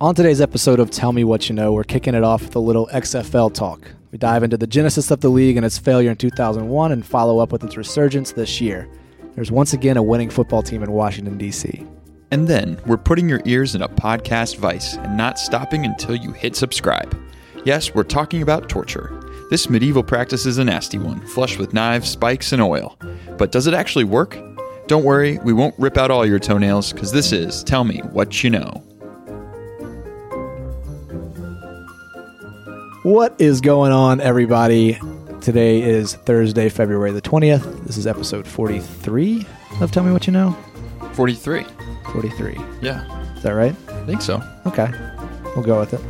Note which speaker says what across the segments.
Speaker 1: On today's episode of Tell Me What You Know, we're kicking it off with a little XFL talk. We dive into the genesis of the league and its failure in 2001 and follow up with its resurgence this year. There's once again a winning football team in Washington, D.C.
Speaker 2: And then we're putting your ears in a podcast vice and not stopping until you hit subscribe. Yes, we're talking about torture. This medieval practice is a nasty one, flush with knives, spikes, and oil. But does it actually work? Don't worry, we won't rip out all your toenails, because this is Tell Me What You Know.
Speaker 1: What is going on, everybody? Today is Thursday, February the 20th. This is episode 43 of Tell Me What You Know.
Speaker 2: 43.
Speaker 1: 43.
Speaker 2: Yeah,
Speaker 1: Is that right?
Speaker 2: I think so.
Speaker 1: Okay. We'll go with it.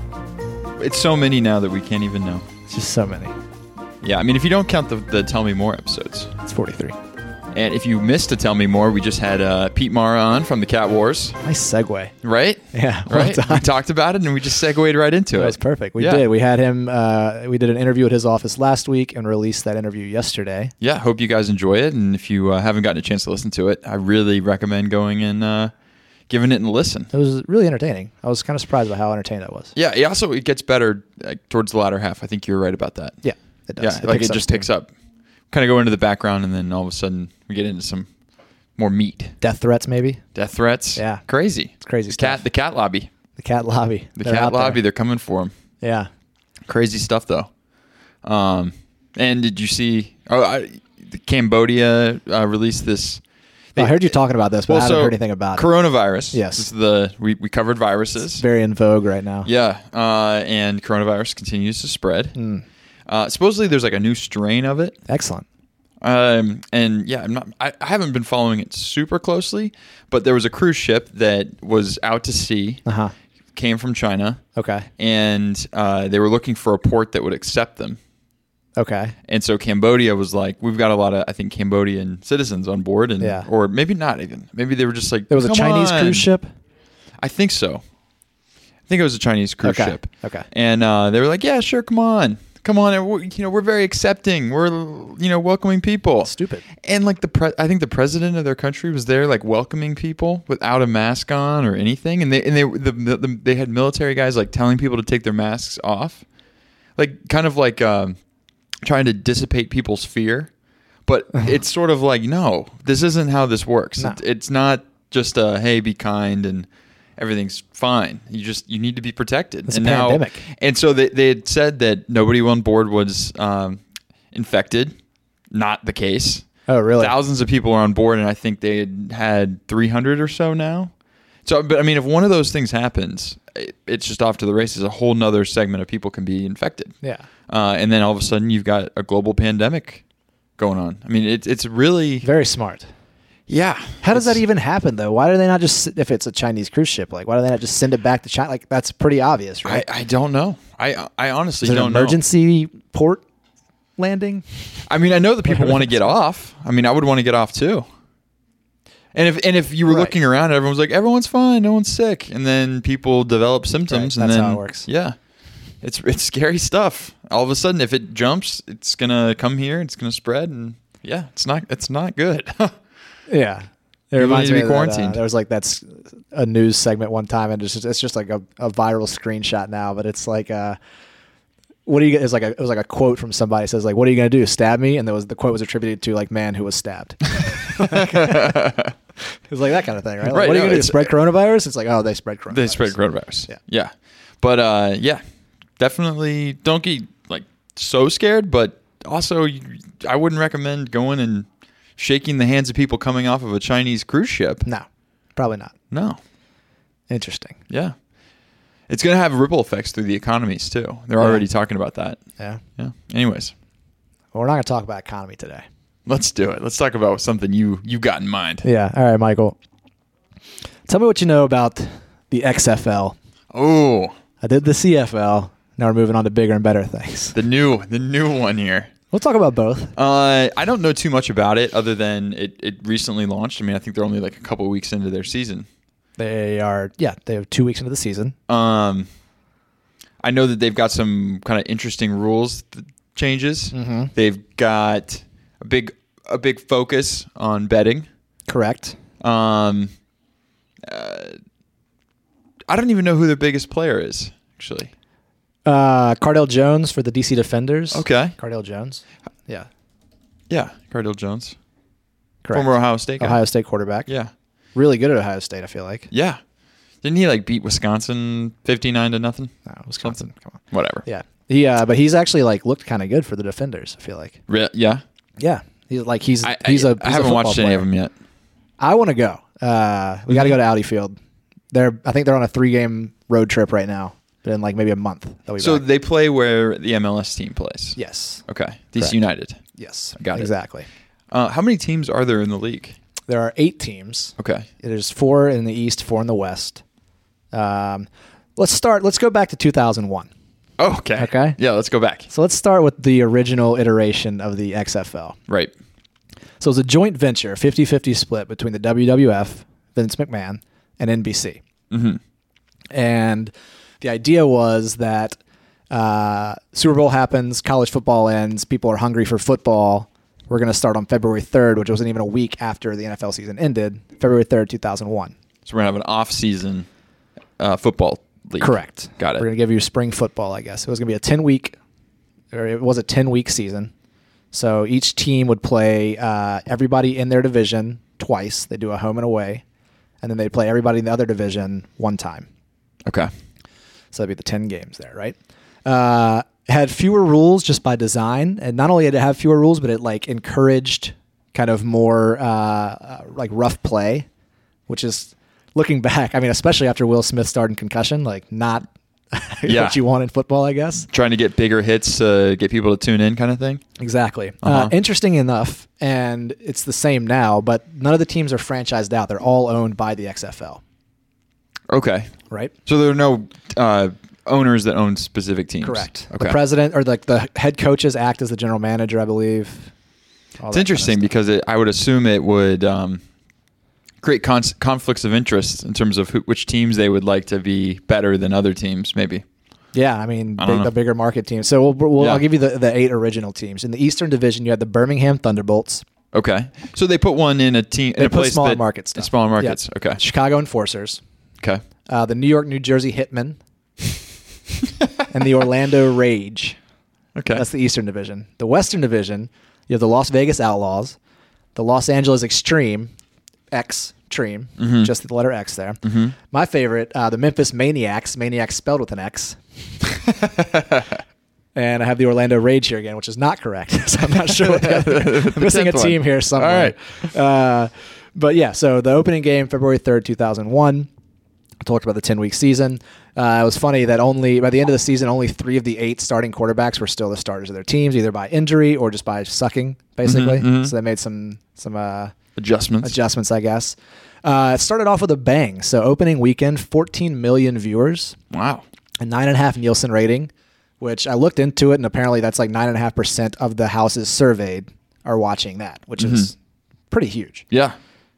Speaker 2: It's so many now that we can't even know.
Speaker 1: It's just so many.
Speaker 2: Yeah, I mean, if you don't count the, the Tell Me More episodes.
Speaker 1: It's 43.
Speaker 2: And if you missed the Tell Me More, we just had uh, Pete Mara on from the Cat Wars,
Speaker 1: Nice segue.
Speaker 2: right?
Speaker 1: Yeah, well
Speaker 2: Right?
Speaker 1: done.
Speaker 2: we talked about it and we just segued right into it.
Speaker 1: That was perfect. We
Speaker 2: Yeah.
Speaker 1: did. We had him. Uh, we did an interview at his office last week and released that interview yesterday.
Speaker 2: yeah hope you guys enjoy it and if you uh, haven't gotten a chance to listen to it i really recommend going and uh, giving it a listen
Speaker 1: It was really entertaining. I was kind of surprised by how entertaining that was.
Speaker 2: yeah it also it gets better like, towards the latter half i think you're right about that
Speaker 1: Yeah, it does.
Speaker 2: yeah like
Speaker 1: picks
Speaker 2: it
Speaker 1: up
Speaker 2: just
Speaker 1: steam.
Speaker 2: picks up kind of go into the background and then all of a sudden we get into some more meat
Speaker 1: Death threats, maybe
Speaker 2: death threats
Speaker 1: Yeah.
Speaker 2: crazy
Speaker 1: It's crazy
Speaker 2: the cat
Speaker 1: stuff.
Speaker 2: the cat lobby
Speaker 1: the cat lobby.
Speaker 2: the
Speaker 1: They're out
Speaker 2: cat
Speaker 1: there.
Speaker 2: lobby they're coming for him
Speaker 1: Yeah,
Speaker 2: crazy stuff though um and did you see oh I, cambodia uh, released this
Speaker 1: I heard you talking about this, but I haven't heard anything about it.
Speaker 2: coronavirus.
Speaker 1: Yes.
Speaker 2: This is the we, we covered
Speaker 1: It's
Speaker 2: viruses.
Speaker 1: very in vogue right now.
Speaker 2: yeah, uh, and coronavirus continues to spread.
Speaker 1: Mm.
Speaker 2: Uh, supposedly, there's like a new strain of it,
Speaker 1: Excellent.
Speaker 2: um, and yeah, I'm not. I, I haven't been following it super closely, but there was a cruise ship that was out to sea,
Speaker 1: Uh huh.
Speaker 2: came from China,
Speaker 1: Okay.
Speaker 2: and uh, they were looking for a port that would accept them.
Speaker 1: Okay.
Speaker 2: And so Cambodia was like, we've got a lot of, I think, Cambodian citizens on board, and
Speaker 1: Yeah.
Speaker 2: or maybe not even. Maybe they were just like,
Speaker 1: There was a
Speaker 2: "Come
Speaker 1: Chinese
Speaker 2: on."
Speaker 1: cruise ship.
Speaker 2: I think so. I think it was a Chinese cruise
Speaker 1: Okay,
Speaker 2: ship.
Speaker 1: okay.
Speaker 2: And uh, they were like, "Yeah, sure, come on, come on." and we're- You know, we're very accepting. We're you know welcoming people.
Speaker 1: Stupid.
Speaker 2: And like the pre- I think the president of their country was there, like welcoming people without a mask on or anything. And they and they the, the, the, they had military guys like telling people to take their masks off, like kind of like um, trying to dissipate people's fear. But it's sort of like, no, this isn't how this works.
Speaker 1: No.
Speaker 2: It, it's not just a hey, be kind and everything's fine. You just you need to be protected.
Speaker 1: It's a
Speaker 2: and
Speaker 1: pandemic.
Speaker 2: Now, and so they they had said that nobody on board was um, infected. Not the case.
Speaker 1: Oh, really?
Speaker 2: Thousands of people are on board, and I think they had had 300 or so now. So, but I mean, if one of those things happens, it, it's just off to the races. A whole nother segment of people can be infected.
Speaker 1: Yeah.
Speaker 2: Uh, and then all of a sudden, you've got a global pandemic going on. I mean, it's it's really,
Speaker 1: Very smart.
Speaker 2: yeah.
Speaker 1: How does
Speaker 2: It's-
Speaker 1: that even happen though? Why do they not just if it's a Chinese cruise ship? Like why do they not just send it back to China? Like that's pretty obvious,
Speaker 2: I,
Speaker 1: right?
Speaker 2: I don't know. I I honestly
Speaker 1: Is it an
Speaker 2: don't know.
Speaker 1: emergency port landing?
Speaker 2: I mean, I know that people want to get off. I mean, I would want to get off too. And if and if you were
Speaker 1: Right.
Speaker 2: looking around, everyone's like, everyone's fine, no one's sick, and then people develop symptoms,
Speaker 1: Right,
Speaker 2: and
Speaker 1: that's
Speaker 2: then
Speaker 1: how it works.
Speaker 2: Yeah, it's it's scary stuff. All of a sudden, if it jumps, it's gonna come here, it's gonna spread, and yeah, it's not it's not good.
Speaker 1: Yeah. It
Speaker 2: People
Speaker 1: reminds
Speaker 2: need
Speaker 1: me
Speaker 2: to be
Speaker 1: of that, uh,
Speaker 2: quarantined.
Speaker 1: there was like that's a news segment one time, and it's just, it's just like a, a viral screenshot now. But it's like, uh, what are you? It's like a, it was like a quote from somebody says like, "What are you gonna do? Stab me?" And there was the quote was attributed to like man who was stabbed. it was like that kind of thing, right? Like,
Speaker 2: Right,
Speaker 1: what are you
Speaker 2: no,
Speaker 1: gonna do?
Speaker 2: it's-
Speaker 1: Spread coronavirus? It's like oh, they spread coronavirus.
Speaker 2: they spread coronavirus.
Speaker 1: Yeah.
Speaker 2: yeah, but uh, yeah, definitely don't get like so scared, but also you- I wouldn't recommend going and shaking the hands of people coming off of a Chinese cruise ship.
Speaker 1: No, probably not.
Speaker 2: No,
Speaker 1: Interesting.
Speaker 2: yeah, it's gonna have ripple effects through the economies too. They're
Speaker 1: Yeah.
Speaker 2: already talking about that.
Speaker 1: Yeah.
Speaker 2: Yeah. Anyways,
Speaker 1: Well, we're not gonna talk about economy today.
Speaker 2: let's do it. Let's talk about something you you got in mind.
Speaker 1: Yeah. All right, Michael. Tell me what you know about the XFL.
Speaker 2: Oh,
Speaker 1: I did Uh, the CFL. Now we're moving on to bigger and better things.
Speaker 2: the new the new one here.
Speaker 1: We'll talk about both.
Speaker 2: Uh, I don't know too much about it other than it, it recently launched. I mean, I think they're only like a couple weeks into their season.
Speaker 1: They are, yeah, they have two weeks into the season.
Speaker 2: Um, I know that they've got some kind of interesting rules th- changes.
Speaker 1: Mhm.
Speaker 2: They've got a big a big focus on betting.
Speaker 1: Correct.
Speaker 2: Um, uh, I don't even know who their biggest player is actually.
Speaker 1: Uh, Cardell Jones for the DC Defenders.
Speaker 2: Okay.
Speaker 1: Cardell Jones. Yeah.
Speaker 2: Yeah, Cardell Jones,
Speaker 1: Correct.
Speaker 2: former Ohio State guy.
Speaker 1: Ohio State quarterback.
Speaker 2: Yeah,
Speaker 1: Really good at Ohio State, I feel like.
Speaker 2: yeah. Didn't he like beat Wisconsin fifty nine to nothing?
Speaker 1: No, Wisconsin. Come on.
Speaker 2: Whatever.
Speaker 1: Yeah. He, uh, but he's actually like looked kind of good for the defenders. I feel like.
Speaker 2: Re- yeah.
Speaker 1: Yeah. He's like he's
Speaker 2: I,
Speaker 1: he's
Speaker 2: I,
Speaker 1: a. He's
Speaker 2: I haven't
Speaker 1: a
Speaker 2: watched
Speaker 1: football
Speaker 2: any
Speaker 1: player.
Speaker 2: of them yet.
Speaker 1: I want to go. Uh, we got to go to Audi Field. They're I think they're on a three game road trip right now. But in like maybe a month they'll be
Speaker 2: So
Speaker 1: back.
Speaker 2: they play where the MLS team plays.
Speaker 1: yes.
Speaker 2: Okay. DC
Speaker 1: Correct.
Speaker 2: United.
Speaker 1: Yes.
Speaker 2: Got it.
Speaker 1: exactly.
Speaker 2: Uh, how many teams are there in the league?
Speaker 1: There are eight teams.
Speaker 2: Okay.
Speaker 1: There's four in the East, four in the West. Um, let's start. Let's go back to 2001.
Speaker 2: Oh, okay.
Speaker 1: Okay.
Speaker 2: Yeah, let's go back.
Speaker 1: So let's start with the original iteration of the XFL.
Speaker 2: Right.
Speaker 1: So it was a joint venture, 50 50 split between the WWF, Vince McMahon, and NBC.
Speaker 2: Mm-hmm.
Speaker 1: And the idea was that uh, Super Bowl happens, college football ends, people are hungry for football. We're going to start on February 3rd, which wasn't even a week after the NFL season ended, February 3rd, 2001.
Speaker 2: So we're gonna have an off-season uh, football league.
Speaker 1: Correct.
Speaker 2: Got
Speaker 1: We're going
Speaker 2: it.
Speaker 1: to give you spring football, I guess. It was going to be a 10 week, or it was a 10 week season. So each team would play uh, everybody in their division twice. They do a home and away, and then they play everybody in the other division one time.
Speaker 2: Okay.
Speaker 1: So that'd be the 10 games there, right? Uh, had fewer rules just by design. And not only did it have fewer rules, but it like encouraged kind of more uh, uh, like rough play, which is looking back. I mean, especially after Will Smith started in concussion, like not
Speaker 2: Yeah.
Speaker 1: what you want in football, I guess.
Speaker 2: Trying to get bigger hits, uh, get people to tune in, kind of thing.
Speaker 1: Exactly. uh
Speaker 2: Uh-huh.
Speaker 1: interesting enough, and it's the same now, but none of the teams are franchised out. They're all owned by the XFL,
Speaker 2: Okay.
Speaker 1: right?
Speaker 2: So there are no uh, owners that own specific teams.
Speaker 1: Correct.
Speaker 2: Okay.
Speaker 1: The president or like the head coaches act as the general manager, I believe. All
Speaker 2: it's
Speaker 1: that
Speaker 2: interesting
Speaker 1: kind of
Speaker 2: because it, I would assume it would um, create con- conflicts of interest in terms of who, which teams they would like to be better than other teams, maybe.
Speaker 1: stuff. yeah, I mean
Speaker 2: I
Speaker 1: big,
Speaker 2: don't know.
Speaker 1: the bigger market teams. So we'll, we'll,
Speaker 2: Yeah.
Speaker 1: I'll give you the, the eight original teams in the Eastern Division. You had the Birmingham Thunderbolts.
Speaker 2: Okay. So they put one in a team in
Speaker 1: They
Speaker 2: a
Speaker 1: put
Speaker 2: place
Speaker 1: smaller
Speaker 2: that,
Speaker 1: market stuff.
Speaker 2: Smaller
Speaker 1: Yeah.
Speaker 2: markets. Okay.
Speaker 1: Chicago Enforcers,
Speaker 2: Okay.
Speaker 1: uh, the New York New Jersey Hitmen, and the Orlando Rage.
Speaker 2: Okay.
Speaker 1: That's the Eastern Division. The Western Division, you have the Las Vegas Outlaws, the Los Angeles Extreme, X Treme, just the letter X there. My favorite, uh, the Memphis Maniacs, Maniacs spelled with an X. and I have the Orlando Rage here again, which is not correct. so I'm not sure what the other. I'm missing a
Speaker 2: tenth one.
Speaker 1: team here somewhere. All right. Uh, but yeah, so the opening game, February 3rd, 2001. I talked about the 10 week season. Uh, it was funny that only by the end of the season, only three of the eight starting quarterbacks were still the starters of their teams, either by injury or just by sucking, basically.
Speaker 2: mhm.
Speaker 1: So they made some some uh,
Speaker 2: Adjustments.
Speaker 1: adjustments, I guess. Uh, it started off with a bang. So opening weekend, 14 million viewers,
Speaker 2: Wow.
Speaker 1: a nine and a half Nielsen rating, which I looked into it, and apparently that's like nine and a half percent of the houses surveyed are watching that, which is pretty huge.
Speaker 2: Yeah.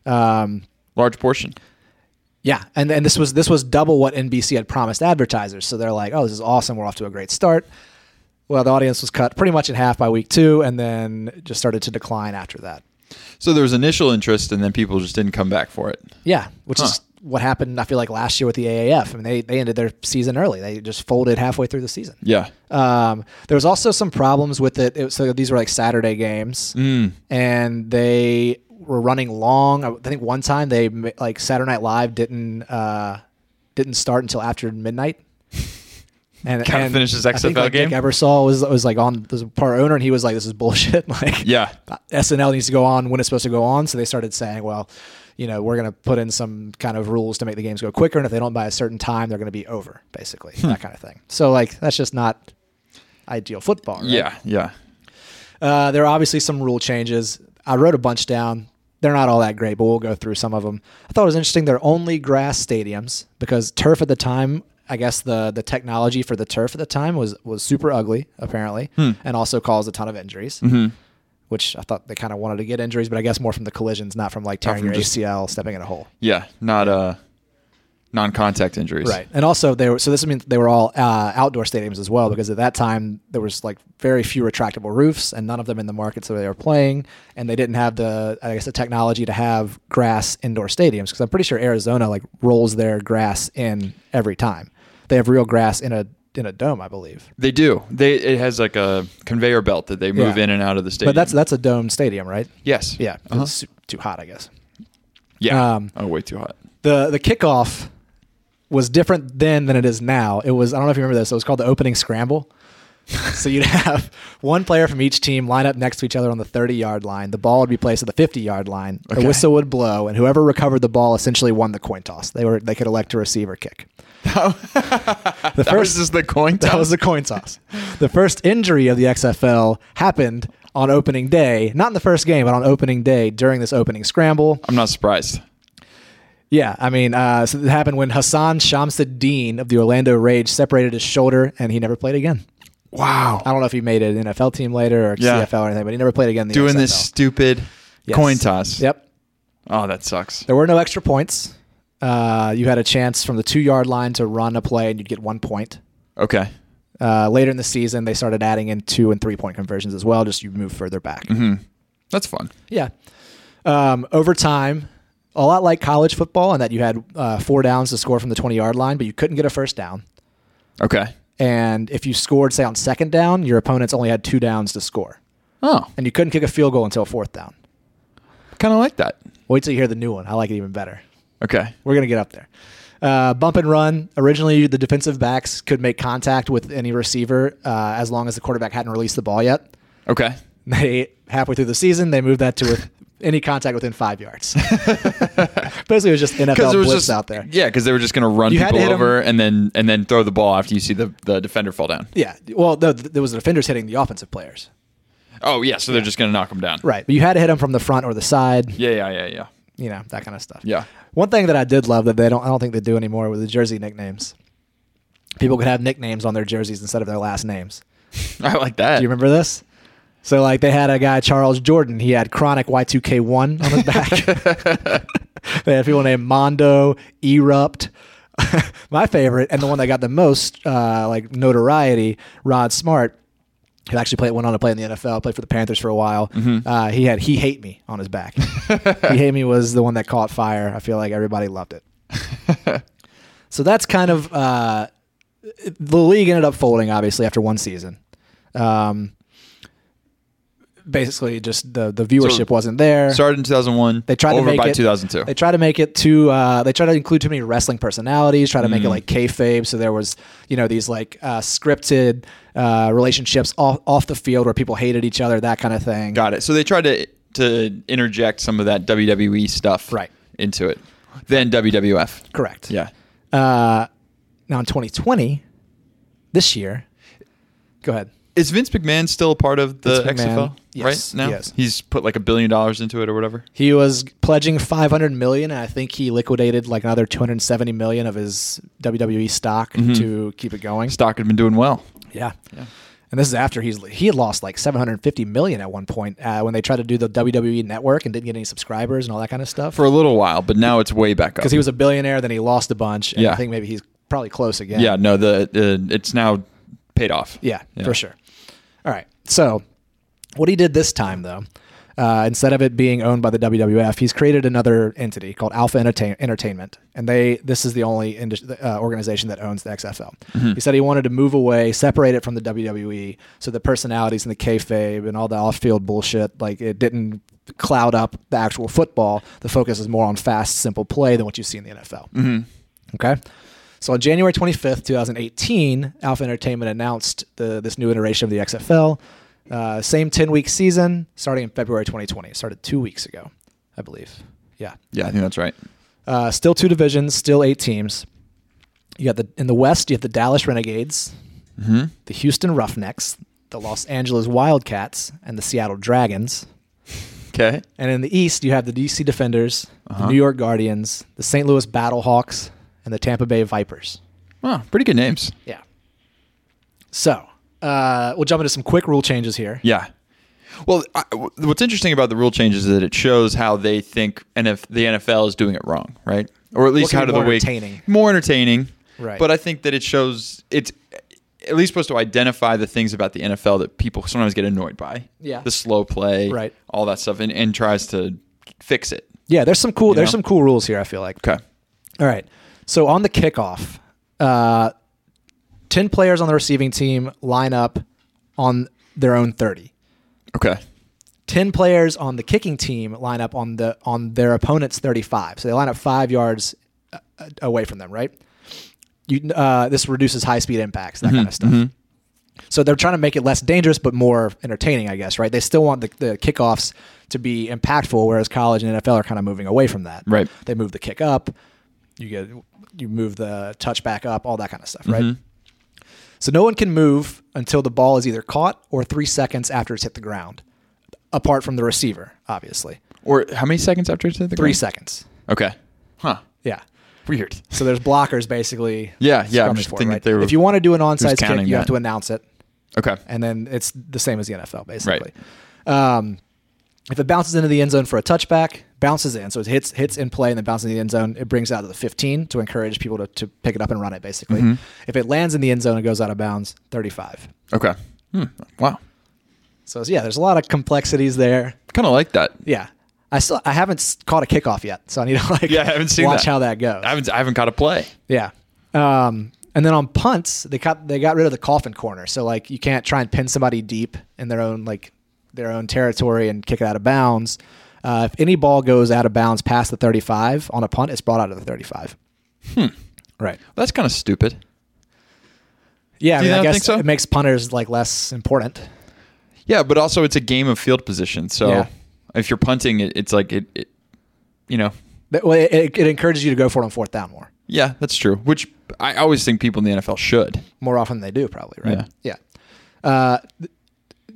Speaker 1: Um,
Speaker 2: Large portion.
Speaker 1: yeah, and and this was this was double what NBC had promised advertisers. So they're like, "Oh, this is awesome. We're off to a great start." Well, the audience was cut pretty much in half by week 2 and then just started to decline after that.
Speaker 2: So there was initial interest, and then people just didn't come back for it.
Speaker 1: Yeah, which
Speaker 2: Huh.
Speaker 1: is what happened I feel like last year with the AAF. I mean, they they ended their season early. They just folded halfway through the season.
Speaker 2: Yeah.
Speaker 1: Um, there was also some problems with it. it was- so these were like Saturday games,
Speaker 2: Mm.
Speaker 1: and they were running long. I think one time they ma- like Saturday Night Live didn't uh, didn't start until after midnight. And
Speaker 2: Kinda
Speaker 1: and
Speaker 2: finished his
Speaker 1: I think,
Speaker 2: XFL
Speaker 1: like, Nick
Speaker 2: game?
Speaker 1: Ebersol was was like on was a part owner, and he was like, "This is bullshit." like, uh,
Speaker 2: Yeah.
Speaker 1: SNL needs to go on when it's supposed to go on. So they started saying, well, you know, we're going to put in some kind of rules to make the games go quicker. And if they don't by a certain time, they're going to be over, basically,
Speaker 2: Hmm.
Speaker 1: that kind of thing. So, like, that's just not ideal football. right?
Speaker 2: Yeah. Yeah.
Speaker 1: Uh, there are obviously some rule changes. I wrote a bunch down. They're not all that great, but we'll go through some of them. I thought it was interesting. They're only grass stadiums because turf at the time. I guess the the technology for the turf at the time was was super ugly, apparently, and also caused a ton of injuries.
Speaker 2: Mm-hmm.
Speaker 1: Which I thought they kind of wanted to get injuries, but I guess more from the collisions, not from like tearing
Speaker 2: from
Speaker 1: your
Speaker 2: just-
Speaker 1: ACL, stepping in a hole.
Speaker 2: Yeah. Not uh, non-contact injuries.
Speaker 1: Right, and also they were so this means they were all uh, outdoor stadiums as well because at that time there was like very few retractable roofs and none of them in the markets that they were playing, and they didn't have the I guess the technology to have grass indoor stadiums because I'm pretty sure Arizona like rolls their grass in every time. They have real grass in a in a dome, I believe.
Speaker 2: They do. They it has like a conveyor belt that they move
Speaker 1: Yeah.
Speaker 2: in and out of the stadium.
Speaker 1: But that's that's a dome stadium, right?
Speaker 2: yes.
Speaker 1: Yeah, 'cause
Speaker 2: Uh-huh.
Speaker 1: it's su- too hot, I guess.
Speaker 2: Yeah.
Speaker 1: um,
Speaker 2: oh, way too hot.
Speaker 1: the the kickoff was different then than it is now. It was I don't know if you remember this. It was called the opening scramble. so you'd have one player from each team line up next to each other on the 30 yard line. The ball would be placed at the 50 yard line.
Speaker 2: Okay.
Speaker 1: A whistle would blow, and whoever recovered the ball essentially won the coin toss. They were they could elect a receiver kick. the
Speaker 2: That was just the coin
Speaker 1: that
Speaker 2: toss.
Speaker 1: was the coin toss. The first injury of the XFL happened on opening day, not in the first game, but on opening day during this opening scramble.
Speaker 2: I'm not surprised.
Speaker 1: Yeah, I mean, uh, so it happened when Hassan Shamsuddin of the Orlando Rage separated his shoulder, and he never played again.
Speaker 2: Wow.
Speaker 1: I don't know if he made an NFL team later or
Speaker 2: Yeah.
Speaker 1: CFL or anything, but he never played again. in the
Speaker 2: Doing
Speaker 1: XFL.
Speaker 2: this stupid
Speaker 1: Yes.
Speaker 2: coin toss.
Speaker 1: Yep,
Speaker 2: Oh, that sucks.
Speaker 1: there were no extra points. Uh, you had a chance from the two yard line to run a play, and you'd get one point.
Speaker 2: Okay.
Speaker 1: Uh, later in the season, they started adding in two and three point conversions as well. Just you move further back.
Speaker 2: Mm-hmm. That's fun.
Speaker 1: Yeah. Um, over time, a lot like college football, in that you had uh, four downs to score from the twenty yard line, but you couldn't get a first down.
Speaker 2: Okay.
Speaker 1: And if you scored, say, on second down, your opponents only had two downs to score.
Speaker 2: Oh,
Speaker 1: And you couldn't kick a field goal until fourth down.
Speaker 2: kind of like that.
Speaker 1: Wait till you hear the new one. I like it even better.
Speaker 2: Okay.
Speaker 1: We're going to get up there. Uh, bump and run. Originally, the defensive backs could make contact with any receiver uh, as long as the quarterback hadn't released the ball yet.
Speaker 2: Okay.
Speaker 1: They halfway through the season, they moved that to with any contact within five yards. Basically, it was just NFL
Speaker 2: there was
Speaker 1: blitz
Speaker 2: just
Speaker 1: out there.
Speaker 2: Yeah, because they were just going to run
Speaker 1: You had
Speaker 2: people
Speaker 1: to hit 'em-
Speaker 2: over and then and then throw the ball after you see the, the defender fall down.
Speaker 1: Yeah. Well, no, th- there was the defenders hitting the offensive players.
Speaker 2: Oh yeah, so they're just going to knock them down.
Speaker 1: Right. But you had to hit them from the front or the side.
Speaker 2: Yeah, yeah, yeah, yeah.
Speaker 1: you know that kind of stuff.
Speaker 2: Yeah.
Speaker 1: One thing that I did love that they don't I don't think they do anymore with the jersey nicknames. People could have nicknames on their jerseys instead of their last names.
Speaker 2: I like that.
Speaker 1: Do you remember this? So like they had a guy Charles Jordan. He had chronic Y2K1 on his back. they had people named Mondo, Erupt. My favorite and the one that got the most uh, like notoriety, Rod Smart, who actually played went on to play in the NFL, played for the Panthers for a while. Uh, he had "He Hate Me" on his back. "He Hate Me" was the one that caught fire. I feel like everybody loved it. so that's kind of uh, the league ended up folding obviously after one season. Um, basically, just the the viewership wasn't there.
Speaker 2: Started in 2001.
Speaker 1: They tried to
Speaker 2: over
Speaker 1: make
Speaker 2: by
Speaker 1: it-
Speaker 2: 2002.
Speaker 1: They try to make it too. Uh, they try to include too many wrestling personalities. Try to
Speaker 2: Mm.
Speaker 1: make it like kayfabe. So there was, you know, these like uh, scripted uh, relationships off, off the field where people hated each other, that kind of thing.
Speaker 2: Got it. So they tried to to interject some of that WWE stuff
Speaker 1: Right.
Speaker 2: into it. Then WWF.
Speaker 1: Correct.
Speaker 2: Yeah.
Speaker 1: Uh, now in 2020, this year, go ahead.
Speaker 2: Is Vince McMahon still a part of the
Speaker 1: Vince McMahon,
Speaker 2: XFL
Speaker 1: yes,
Speaker 2: right now?
Speaker 1: he is.
Speaker 2: He's put like a billion dollars into it or whatever.
Speaker 1: He was pledging 500 million, and I think he liquidated like another 270 million of his WWE stock to keep it going.
Speaker 2: Stock had been doing well.
Speaker 1: Yeah.
Speaker 2: Mm-hmm. Yeah.
Speaker 1: And this is after he's he had lost like 750 million at one point uh, when they tried to do the WWE network and didn't get any subscribers and all that kind of stuff.
Speaker 2: For a little while, but now it's way back up.
Speaker 1: Because he was a billionaire, then he lost a bunch. And
Speaker 2: Yeah.
Speaker 1: I think maybe he's probably close again.
Speaker 2: yeah, no, the uh, it's now paid off.
Speaker 1: Yeah,
Speaker 2: Yeah.
Speaker 1: for sure. All right. So, what he did this time, though, uh, instead of it being owned by the WWF, he's created another entity called Alpha Entertain- Entertainment, and they this is the only indus- uh, organization that owns the XFL. He said he wanted to move away, separate it from the WWE, so the personalities and the kayfabe and all the off-field bullshit, like it didn't cloud up the actual football. The focus is more on fast, simple play than what you see in the NFL. Okay. So on January 25th, 2018, Alpha Entertainment announced the, this new iteration of the XFL. Uh, same 10 week season starting in February 2020. It started two weeks ago, I believe. Yeah.
Speaker 2: Yeah, I think that's right.
Speaker 1: Uh, still two divisions, still eight teams. You got the in the West, you have the Dallas Renegades,
Speaker 2: hmm
Speaker 1: the Houston Roughnecks, the Los Angeles Wildcats, and the Seattle Dragons.
Speaker 2: Okay.
Speaker 1: And in the East, you have the DC Defenders,
Speaker 2: Uh-huh.
Speaker 1: the New York Guardians, the St. Louis Battlehawks, and the Tampa Bay Vipers.
Speaker 2: Wow, pretty good names.
Speaker 1: Yeah. So uh, we'll jump into some quick rule changes here.
Speaker 2: Yeah. Well, I, w- what's interesting about the rule change is that it shows how they think NF, the NFL is doing it wrong, right? or at least
Speaker 1: can
Speaker 2: out
Speaker 1: be
Speaker 2: of the
Speaker 1: more
Speaker 2: week.
Speaker 1: entertaining?
Speaker 2: More entertaining.
Speaker 1: Right.
Speaker 2: But I think that it shows it's at least supposed to identify the things about the NFL that people sometimes get annoyed by.
Speaker 1: Yeah.
Speaker 2: The slow play,
Speaker 1: Right.
Speaker 2: all that stuff, and, and tries to fix it.
Speaker 1: Yeah, there's some cool
Speaker 2: You
Speaker 1: there's
Speaker 2: know?
Speaker 1: some cool rules here. I feel like.
Speaker 2: Okay.
Speaker 1: All right. So on the kickoff, uh, ten players on the receiving team line up on their own thirty.
Speaker 2: Okay.
Speaker 1: 10 players on the kicking team line up on the on their opponent's 35 so they line up five yards uh, uh, away from them right you, uh, this reduces high speed impacts that kind of stuff so they're trying to make it less dangerous but more entertaining i guess right they still want the, the kickoffs to be impactful whereas college and nfl are kind of moving away from that
Speaker 2: Right.
Speaker 1: they move the kick up you get you move the touch back up all that kind of stuff right
Speaker 2: Mm-hmm.
Speaker 1: so no one can move until the ball is either caught or three seconds after it's hit the ground, apart from the receiver, obviously.
Speaker 2: Or how many seconds after it's hit the
Speaker 1: Three
Speaker 2: ground?
Speaker 1: seconds.
Speaker 2: Okay. Huh.
Speaker 1: Yeah.
Speaker 2: Weird.
Speaker 1: So there's blockers basically.
Speaker 2: Yeah, yeah, I'm
Speaker 1: scrummaged
Speaker 2: just
Speaker 1: for,
Speaker 2: thinking they were-
Speaker 1: if you want to do an onside kick,
Speaker 2: counting
Speaker 1: you have
Speaker 2: that?
Speaker 1: to announce it,
Speaker 2: Okay.
Speaker 1: and then it's the same as the NFL basically. Um, if it bounces into the end zone for a touchback, bounces in, so it hits hits in play and then bounces in the end zone. It brings it out to the 15 to encourage people to, to pick it up and run it basically.
Speaker 2: Mm-hmm.
Speaker 1: If it lands in the end zone and goes out of bounds, 35.
Speaker 2: Okay. Hmm. Wow.
Speaker 1: So yeah, there's a lot of complexities there.
Speaker 2: Kind of like that.
Speaker 1: Yeah. I still I haven't s- caught a kickoff yet, so I need to like
Speaker 2: Yeah, I haven't seen
Speaker 1: watch
Speaker 2: that.
Speaker 1: how that goes.
Speaker 2: I haven't I haven't caught a play.
Speaker 1: yeah. Um, and then on punts, they got they got rid of the coffin corner, so like you can't try and pin somebody deep in their own like their own territory and kick it out of bounds. Uh, if any ball goes out of bounds past the 35 on a punt, it's brought out of the 35. Hmm. Right.
Speaker 2: That's kind of stupid.
Speaker 1: Yeah, I,
Speaker 2: Do you
Speaker 1: mean, I
Speaker 2: not
Speaker 1: guess
Speaker 2: think so?
Speaker 1: it makes punters like less important.
Speaker 2: Yeah, but also it's a game of field position. So
Speaker 1: Yeah.
Speaker 2: if you're punting, it, it's like it, it, you know,
Speaker 1: That- well, It, it, it encourages you to go for it on fourth down more.
Speaker 2: yeah, that's true. Which I always think people in the NFL should.
Speaker 1: more often than they do, probably, right? Yeah. Uh, th-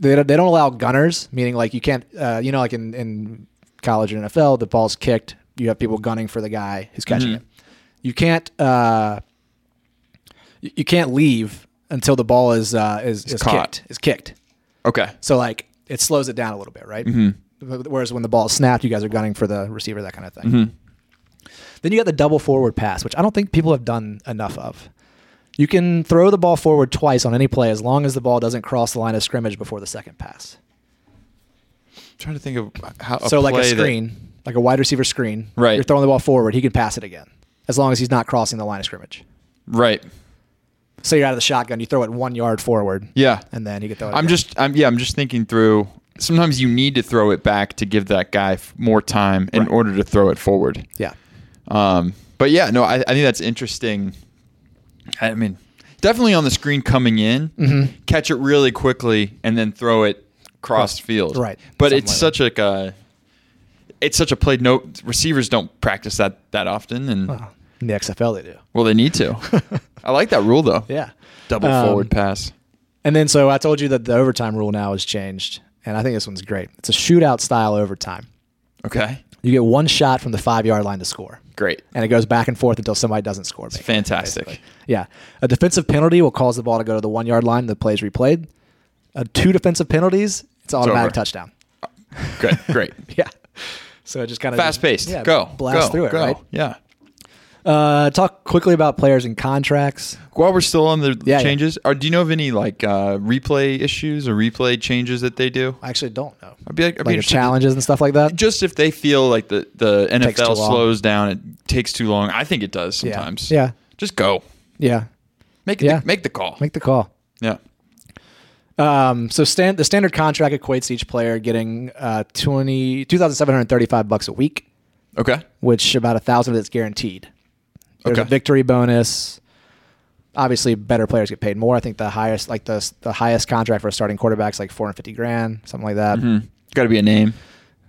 Speaker 1: they, don't- they don't allow gunners, meaning like you can't, uh, you know, like in, in college and NFL, the ball's kicked. You have people gunning for the guy who's catching it. You can't, uh, you you can't leave until the ball is uh, is, is
Speaker 2: caught.
Speaker 1: kicked. Is kicked.
Speaker 2: Okay.
Speaker 1: So like it slows it down a little bit, right? Mm-hmm. Whereas when the ball is snapped, you guys are gunning for the receiver, that kind of thing.
Speaker 2: Mm-hmm.
Speaker 1: Then you got the double forward pass, which I don't think people have done enough of. You can throw the ball forward twice on any play as long as the ball doesn't cross the line of scrimmage before the second pass.
Speaker 2: I'm trying to think of how.
Speaker 1: so like a
Speaker 2: play that-
Speaker 1: screen, like a wide receiver screen,
Speaker 2: Right.
Speaker 1: You're throwing the ball forward, he can pass it again as long as he's not crossing the line of scrimmage.
Speaker 2: right.
Speaker 1: So you're out of the shotgun, you throw it one yard forward,
Speaker 2: Yeah.
Speaker 1: and then he can throw it.
Speaker 2: I'm
Speaker 1: again.
Speaker 2: just. I'm yeah. I'm just thinking through. Sometimes you need to throw it back to give that guy f- more time in
Speaker 1: Right.
Speaker 2: order to throw it forward.
Speaker 1: yeah,
Speaker 2: Um, but yeah, no, I, I think that's interesting. I mean, definitely on the screen coming in,
Speaker 1: Mm-hmm.
Speaker 2: catch it really quickly, and then throw it cross field.
Speaker 1: right.
Speaker 2: But
Speaker 1: Something
Speaker 2: it's
Speaker 1: like
Speaker 2: such like a it's such a play. No receivers don't practice that that often, and well,
Speaker 1: in the XFL they do.
Speaker 2: they need to. I like that rule though.
Speaker 1: Yeah,
Speaker 2: double
Speaker 1: Um,
Speaker 2: forward pass.
Speaker 1: And then so I told you that the overtime rule now has changed, and I think this one's great. It's a shootout style overtime.
Speaker 2: Okay,
Speaker 1: You get one shot from the five yard line to score,
Speaker 2: great,
Speaker 1: and it goes back and forth until somebody doesn't score. basically.
Speaker 2: fantastic.
Speaker 1: Yeah, a defensive penalty will cause the ball to go to the one yard line. The play's replayed. Uh, two defensive penalties, it's automatic
Speaker 2: over.
Speaker 1: touchdown.
Speaker 2: Good, great,
Speaker 1: Yeah. So it just kind of
Speaker 2: fast paced.
Speaker 1: Yeah,
Speaker 2: go,
Speaker 1: blast
Speaker 2: go,
Speaker 1: through it.
Speaker 2: go.
Speaker 1: Right.
Speaker 2: Yeah.
Speaker 1: Uh, talk quickly about players and contracts.
Speaker 2: While we're still on the
Speaker 1: Yeah, yeah.
Speaker 2: changes, Or do you know of any like uh, replay issues or replay changes that they do?
Speaker 1: I actually don't know.
Speaker 2: I'd be like, I'd be
Speaker 1: Like the
Speaker 2: interested-
Speaker 1: challenges and stuff like that.
Speaker 2: Just if they feel like the the
Speaker 1: Takes
Speaker 2: NFL
Speaker 1: too long.
Speaker 2: slows down, it takes too long. I think it does
Speaker 1: Yeah.
Speaker 2: sometimes.
Speaker 1: Yeah.
Speaker 2: Just go.
Speaker 1: Yeah.
Speaker 2: Make it
Speaker 1: Yeah.
Speaker 2: make the call.
Speaker 1: Make the call.
Speaker 2: yeah.
Speaker 1: Um, so stand, the standard contract equates to each player getting uh, 20, 2,735 bucks a week,
Speaker 2: Okay.
Speaker 1: which about a thousand of it's guaranteed. There's a
Speaker 2: Okay.
Speaker 1: victory bonus. Obviously, better players get paid more. I think the highest, like the the highest contract for a starting quarterback is like four hundred fifty grand, something like that.
Speaker 2: Got to Mm-hmm. be a name.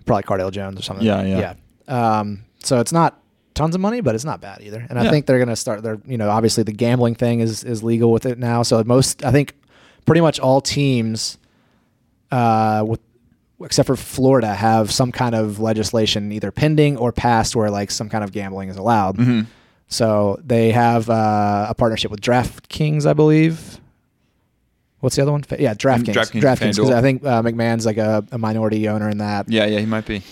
Speaker 1: Probably Cardale Jones or something.
Speaker 2: Yeah, yeah.
Speaker 1: yeah. Um, so it's not tons of money, but it's not bad either. And I
Speaker 2: Yeah.
Speaker 1: think they're gonna start. They're you know obviously the gambling thing is is legal with it now. So most I think pretty much all teams uh, with except for Florida have some kind of legislation either pending or passed where like some kind of gambling is allowed.
Speaker 2: Mm-hmm.
Speaker 1: So they have uh, a partnership with DraftKings, I believe. What's the other one? Fa- Yeah, DraftKings.
Speaker 2: Mm, DraftKings,
Speaker 1: DraftKings, because
Speaker 2: FanDuel.
Speaker 1: I think uh, McMahon's like a, a minority owner in that.
Speaker 2: Yeah, yeah, he might be.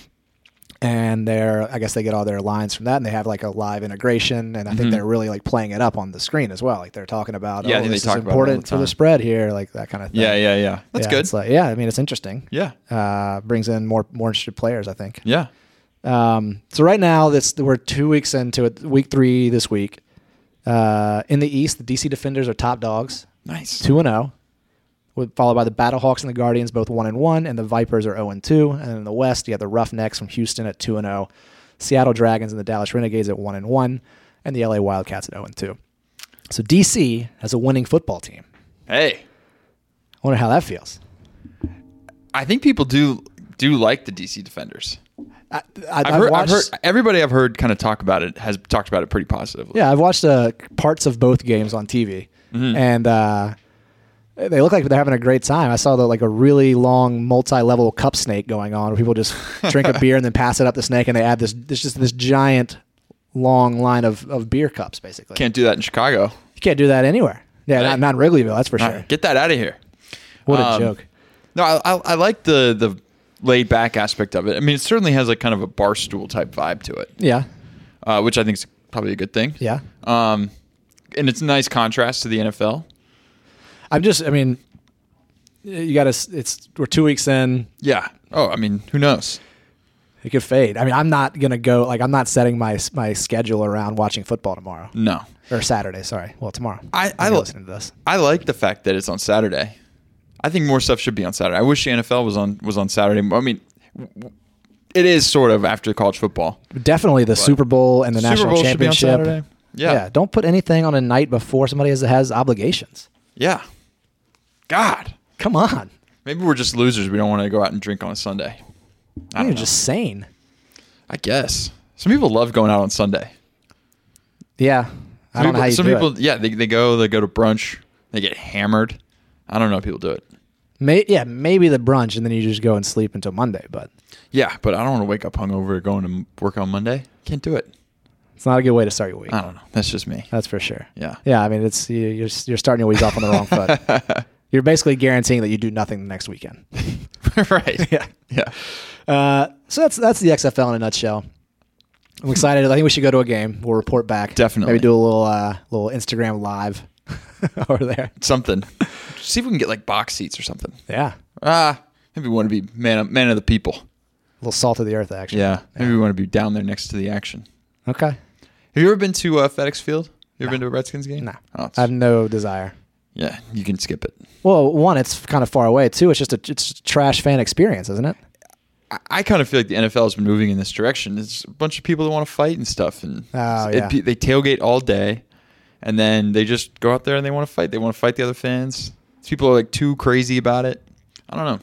Speaker 1: and they're I guess they get all their lines from that, and they have like a live integration, and I think they're really like playing it up on the screen as well. Like they're talking about,
Speaker 2: Mm-hmm. Yeah, I
Speaker 1: oh,
Speaker 2: think they
Speaker 1: this
Speaker 2: talk
Speaker 1: is
Speaker 2: about it all
Speaker 1: important
Speaker 2: the
Speaker 1: for the
Speaker 2: time.
Speaker 1: spread here, like that kind of thing.
Speaker 2: Yeah, yeah, yeah. That's
Speaker 1: Yeah,
Speaker 2: good.
Speaker 1: It's like, yeah, I mean, it's interesting.
Speaker 2: yeah,
Speaker 1: Uh, brings in more more interested players, I think.
Speaker 2: yeah.
Speaker 1: Um, so right now, this we're two weeks into it. Week three this week. Uh, in the East, the DC Defenders are top dogs,
Speaker 2: Nice.
Speaker 1: two and zero, with- followed by the Battlehawks and the Guardians, both one and one, and the Vipers are zero and two. And in the West, you have the Roughnecks from Houston at two and zero, Seattle Dragons and the Dallas Renegades at one and one, and the LA Wildcats at zero and two. So DC has a winning football team.
Speaker 2: Hey,
Speaker 1: I wonder how that feels.
Speaker 2: I think people do do like the DC Defenders.
Speaker 1: I,
Speaker 2: I've, heard, I've heard everybody I've heard kind of talk about it has talked about it pretty positively.
Speaker 1: Yeah, I've watched uh, parts of both games on TV,
Speaker 2: Mm-hmm.
Speaker 1: and uh, they look like they're having a great time. I saw the, like a really long multi-level cup snake going on, where people just drink a beer and then pass it up the snake, and they add this. There's just this giant long line of, of beer cups, basically.
Speaker 2: Can't do that in Chicago.
Speaker 1: you can't do that anywhere. Yeah, not, not in Wrigleyville, that's for
Speaker 2: All
Speaker 1: sure.
Speaker 2: right, get that out of here.
Speaker 1: What a
Speaker 2: Um,
Speaker 1: joke.
Speaker 2: No, I, I, I like the the laid back aspect of it. I mean, it certainly has like kind of a bar stool type vibe to it,
Speaker 1: Yeah,
Speaker 2: uh, which I think is probably a good thing.
Speaker 1: yeah.
Speaker 2: Um, and it's a nice contrast to the NFL.
Speaker 1: I'm just. I mean, you got to. It's we're two weeks in.
Speaker 2: Yeah. Oh, I mean, who knows?
Speaker 1: It could fade. I mean, I'm not gonna go. Like, I'm not setting my my schedule around watching football tomorrow.
Speaker 2: No,
Speaker 1: or Saturday. Sorry. Well, tomorrow.
Speaker 2: I-
Speaker 1: If
Speaker 2: I
Speaker 1: you're
Speaker 2: li-
Speaker 1: listening to this.
Speaker 2: I like the fact that it's on Saturday. I think more stuff should be on Saturday. I wish the NFL was on was on Saturday. I mean, w- w- it is sort of after college football.
Speaker 1: Definitely the Super Bowl and the
Speaker 2: Super
Speaker 1: national
Speaker 2: Bowl should be on
Speaker 1: championship.
Speaker 2: Saturday. Yeah. yeah,
Speaker 1: Don't put anything on a night before somebody has, has obligations.
Speaker 2: God,
Speaker 1: Come on.
Speaker 2: maybe we're just losers. We don't want to go out and drink on a Sunday. I
Speaker 1: You're
Speaker 2: don't know.
Speaker 1: just sane.
Speaker 2: I guess some people love going out on Sunday.
Speaker 1: Yeah. I
Speaker 2: Some
Speaker 1: don't know
Speaker 2: people,
Speaker 1: how you
Speaker 2: some
Speaker 1: do
Speaker 2: people
Speaker 1: it.
Speaker 2: yeah, they, they go they go to brunch, they get hammered. I don't know how people do it.
Speaker 1: May, yeah, maybe the brunch, and then you just go and sleep until Monday. But
Speaker 2: Yeah, but I don't want to wake up hungover going to m- work on Monday. Can't do it.
Speaker 1: it's not a good way to start your week.
Speaker 2: I don't know. That's just me.
Speaker 1: That's for sure.
Speaker 2: Yeah.
Speaker 1: Yeah. I mean, it's you, you're you're starting your week off on the wrong foot. You're basically guaranteeing that you do nothing the next weekend.
Speaker 2: right.
Speaker 1: Yeah.
Speaker 2: Yeah.
Speaker 1: Uh, so that's that's the XFL in a nutshell. I'm excited. I think we should go to a game. We'll report back.
Speaker 2: Definitely.
Speaker 1: Maybe do a little uh, little Instagram live over there.
Speaker 2: Something. See if we can get like box seats or something.
Speaker 1: Yeah. A
Speaker 2: Ah, maybe we want to be man of, man of the people.
Speaker 1: little salt of the earth action.
Speaker 2: Yeah. Maybe we want to be down there next to the action.
Speaker 1: Okay.
Speaker 2: Have you ever been to uh, FedEx Field? You ever been to a Redskins game?
Speaker 1: No.
Speaker 2: Oh, it's-
Speaker 1: I have no desire.
Speaker 2: yeah, you can skip it.
Speaker 1: Well, one, it's kind of far away. Two, it's just a it's a trash fan experience, isn't it?
Speaker 2: I- I kind of feel like the NFL has been moving in this direction. There's a bunch of people that want to fight and stuff, and
Speaker 1: Oh,
Speaker 2: it-
Speaker 1: yeah.
Speaker 2: pe- they tailgate all day, and then they just go out there and they want to fight. They want to fight the other fans. These people are like too crazy about it. I don't know.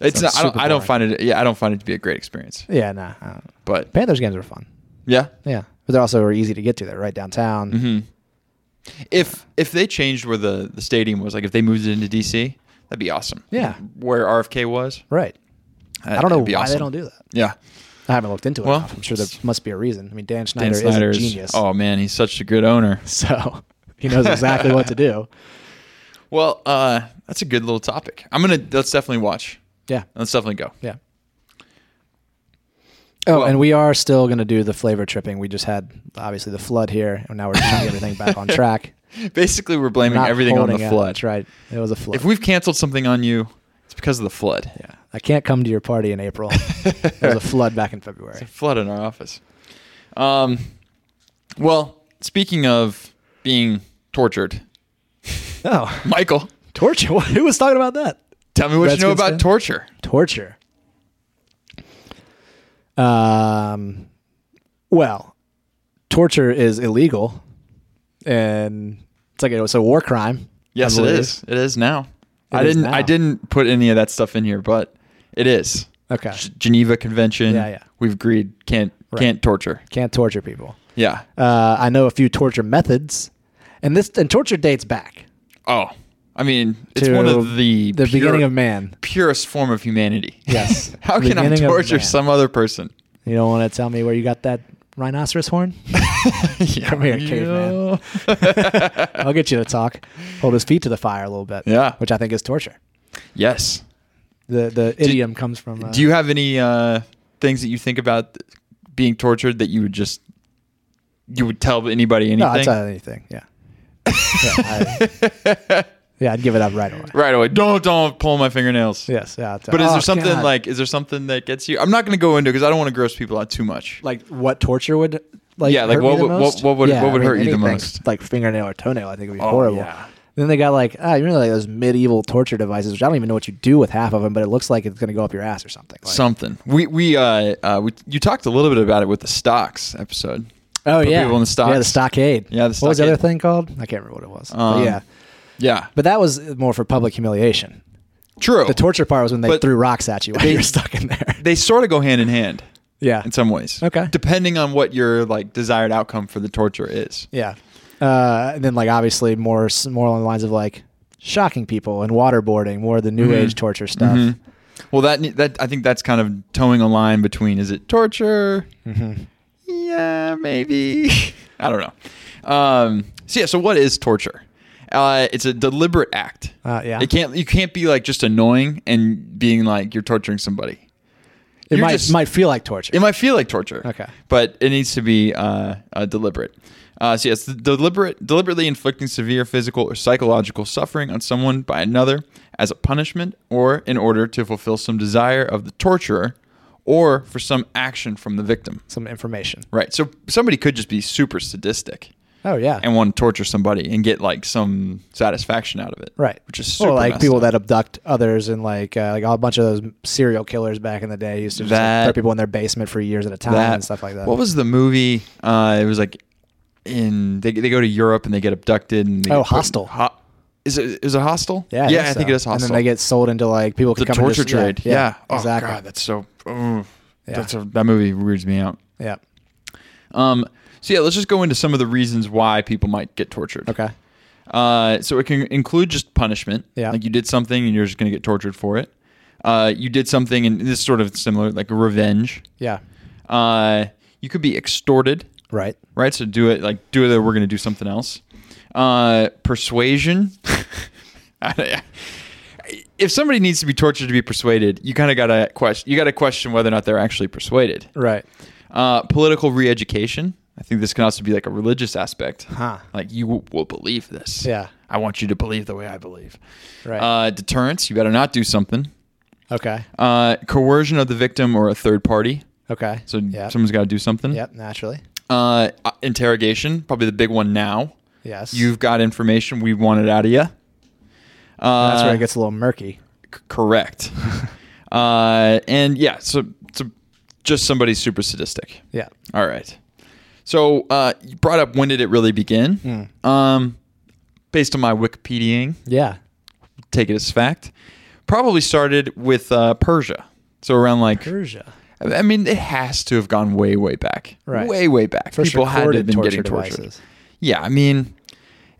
Speaker 2: It's
Speaker 1: Sounds
Speaker 2: not, I don't
Speaker 1: super
Speaker 2: I don't
Speaker 1: boring.
Speaker 2: find it yeah I don't find it to be a great experience.
Speaker 1: Yeah. Nah. I don't know.
Speaker 2: But
Speaker 1: Panthers games are fun.
Speaker 2: yeah,
Speaker 1: Yeah, but they're also easy to get to. They're right downtown.
Speaker 2: hmm if if they changed where the the stadium was, like if they moved it into DC, that'd be awesome.
Speaker 1: Yeah.
Speaker 2: where RFK was,
Speaker 1: Right. I don't know why they don't do that.
Speaker 2: Yeah,
Speaker 1: I haven't looked into it.
Speaker 2: Well,
Speaker 1: enough. I'm sure there must be a reason. I mean, Dan Schneider,
Speaker 2: Dan Snyder's.
Speaker 1: is a genius.
Speaker 2: Oh man, he's such a good owner.
Speaker 1: So he knows exactly what to do.
Speaker 2: Well, uh, that's a good little topic. I'm gonna let's definitely watch.
Speaker 1: Yeah.
Speaker 2: Let's definitely go.
Speaker 1: Yeah. Oh,
Speaker 2: Well-
Speaker 1: and we are still going to do the flavor tripping. We just had obviously the flood here, and now we're trying to get everything back on track.
Speaker 2: Basically, we're blaming
Speaker 1: Not
Speaker 2: everything on the
Speaker 1: holding out.
Speaker 2: flood.
Speaker 1: That's right. It was a flood.
Speaker 2: If we've canceled something on you, it's because of the flood.
Speaker 1: yeah. I can't come to your party in April. there was a flood back in February.
Speaker 2: Flood in our office. Um, well, speaking of being tortured,
Speaker 1: Oh,
Speaker 2: Michael,
Speaker 1: torture. What- Who was talking about that?
Speaker 2: tell me what you know
Speaker 1: Redskins
Speaker 2: about
Speaker 1: fan?
Speaker 2: torture.
Speaker 1: Torture. Um, well, torture is illegal, and it's like it's a war crime. I
Speaker 2: Yes, it
Speaker 1: believe.
Speaker 2: is. It is now.
Speaker 1: It
Speaker 2: I
Speaker 1: is
Speaker 2: didn't. I
Speaker 1: now.
Speaker 2: didn't put any of that stuff in here, but it is
Speaker 1: Okay.
Speaker 2: G- Geneva Convention.
Speaker 1: Yeah, yeah.
Speaker 2: We've agreed can't can't torture.
Speaker 1: Can't torture people.
Speaker 2: Yeah.
Speaker 1: Uh, I know a few torture methods, and this and torture dates back
Speaker 2: Oh, I mean, it's
Speaker 1: to
Speaker 2: one of the
Speaker 1: the
Speaker 2: pure-
Speaker 1: beginning of man.
Speaker 2: purest form of humanity.
Speaker 1: Yes.
Speaker 2: How can I
Speaker 1: Beginning of
Speaker 2: torture
Speaker 1: man.
Speaker 2: some other person?
Speaker 1: You don't want to tell me where you got that rhinoceros horn? Come here, caveman. I'll get you to talk. Hold his feet to the fire a little bit.
Speaker 2: Yeah.
Speaker 1: which I think is torture.
Speaker 2: Yes.
Speaker 1: The the idiom comes from. Uh,
Speaker 2: Do you have any uh, things that you think about being tortured that you would just you would tell anybody anything?
Speaker 1: No, it's not anything. Yeah. yeah, I, yeah, I'd give it up right away.
Speaker 2: right away. Don't don't pull my fingernails.
Speaker 1: Yes. Yeah. I'd tell-
Speaker 2: But is
Speaker 1: Oh,
Speaker 2: there something
Speaker 1: God.
Speaker 2: like is there something that gets you? I'm not going to go into because I don't want to gross people out too much.
Speaker 1: like what torture would like
Speaker 2: Yeah, like,
Speaker 1: hurt
Speaker 2: what
Speaker 1: me the
Speaker 2: would- what-
Speaker 1: most?
Speaker 2: what would- what would hurt you the
Speaker 1: anything,
Speaker 2: most?
Speaker 1: Like fingernail or toenail, I think would be
Speaker 2: Oh,
Speaker 1: horrible.
Speaker 2: yeah.
Speaker 1: Then they got like ah, you know like those medieval torture devices, which I don't even know what you do with half of them, but it looks like it's gonna go up your ass or something. Like,
Speaker 2: something. We we uh, uh we, you talked a little bit about it with the stocks episode.
Speaker 1: oh
Speaker 2: put
Speaker 1: yeah,
Speaker 2: people in the stocks.
Speaker 1: Yeah, the stockade.
Speaker 2: Yeah, the
Speaker 1: What was the
Speaker 2: stockade.
Speaker 1: other thing called? I can't remember what it was. But
Speaker 2: Um,
Speaker 1: yeah,
Speaker 2: Yeah,
Speaker 1: but that was more for public humiliation.
Speaker 2: true.
Speaker 1: The torture part was when they
Speaker 2: But
Speaker 1: threw rocks at you while
Speaker 2: they-
Speaker 1: you were stuck in there.
Speaker 2: they sort of go hand in hand
Speaker 1: yeah,
Speaker 2: in some ways.
Speaker 1: Okay.
Speaker 2: depending on what your like desired outcome for the torture is.
Speaker 1: Yeah. Uh, and then like obviously more s- more along the lines of like shocking people and waterboarding, more of the new
Speaker 2: Mm-hmm.
Speaker 1: age torture stuff.
Speaker 2: Mhm. Well, that ne- that I think that's kind of towing a line between is it torture?
Speaker 1: Mm-hmm.
Speaker 2: Mm-hmm. Yeah, maybe. I don't know. Um, so yeah, so what is torture? Uh, it's a deliberate act.
Speaker 1: Uh, yeah.
Speaker 2: It can't you can't be like just annoying and being like you're torturing somebody.
Speaker 1: It
Speaker 2: You're
Speaker 1: might
Speaker 2: just-
Speaker 1: might feel like torture.
Speaker 2: It might feel like torture.
Speaker 1: Okay.
Speaker 2: But it needs to be uh, uh, deliberate. Uh, so yes, deliberate, deliberately inflicting severe physical or psychological suffering on someone by another as a punishment or in order to fulfill some desire of the torturer or for some action from the victim.
Speaker 1: Some information.
Speaker 2: Right. So somebody could just be super sadistic
Speaker 1: Oh yeah.
Speaker 2: and want to torture somebody and get like some satisfaction out of it.
Speaker 1: right.
Speaker 2: Which is
Speaker 1: Or
Speaker 2: super
Speaker 1: like
Speaker 2: messed
Speaker 1: people
Speaker 2: up.
Speaker 1: that abduct others and like uh, like a bunch of those serial killers back in the day used to just like,
Speaker 2: That-
Speaker 1: put people in their basement for years at a time and stuff like that.
Speaker 2: What was the movie? Uh, it was like in they, they go to Europe and they get abducted and they
Speaker 1: Oh,
Speaker 2: get put in-
Speaker 1: Hostel.
Speaker 2: ho- is it is it hostel?
Speaker 1: yeah,
Speaker 2: yeah, I think,
Speaker 1: so.
Speaker 2: it is hostel.
Speaker 1: And then they get sold into like people
Speaker 2: the
Speaker 1: can come and
Speaker 2: torture
Speaker 1: just-
Speaker 2: trade. Yeah, Oh,
Speaker 1: exactly.
Speaker 2: God, that's so. oh,
Speaker 1: Yeah.
Speaker 2: That's a, that movie weirds me out.
Speaker 1: yeah.
Speaker 2: Um, so yeah, let's just go into some of the reasons why people might get tortured.
Speaker 1: Okay.
Speaker 2: Uh, so it can include just punishment.
Speaker 1: Yeah.
Speaker 2: Like you did something and you're just gonna get tortured for it. Uh, you did something and this is sort of similar, like revenge.
Speaker 1: Yeah.
Speaker 2: Uh, you could be extorted.
Speaker 1: Right.
Speaker 2: right? So do it like do it. Or we're gonna do something else. Uh, persuasion. I- if somebody needs to be tortured to be persuaded, you kind of gotta question. You gotta question whether or not they're actually persuaded.
Speaker 1: Right.
Speaker 2: Uh, political re-education. I think this can also be like a religious aspect.
Speaker 1: Huh.
Speaker 2: Like you w- will believe this.
Speaker 1: Yeah.
Speaker 2: I want you to believe the way I believe.
Speaker 1: Right.
Speaker 2: Uh, deterrence. You better not do something.
Speaker 1: okay.
Speaker 2: Uh, coercion of the victim or a third party.
Speaker 1: Okay.
Speaker 2: So
Speaker 1: yeah.
Speaker 2: someone's got to do something.
Speaker 1: Yep, naturally.
Speaker 2: Uh, interrogation. Probably the big one now.
Speaker 1: Yes.
Speaker 2: You've got information. We want it out of you. Uh,
Speaker 1: That's where it gets a little murky.
Speaker 2: c- correct. uh, and yeah, so, so just somebody super sadistic.
Speaker 1: Yeah.
Speaker 2: All right. So uh, you brought up when did it really begin?
Speaker 1: Hmm.
Speaker 2: Um, based on my Wikipediaing,
Speaker 1: Yeah.
Speaker 2: take it as fact. Probably started with uh, Persia. So around like
Speaker 1: Persia.
Speaker 2: I mean, it has to have gone way, way back.
Speaker 1: Right.
Speaker 2: Way, way back.
Speaker 1: First
Speaker 2: People had to have
Speaker 1: recorded
Speaker 2: been
Speaker 1: torture
Speaker 2: getting tortured.
Speaker 1: devices.
Speaker 2: Yeah, I mean,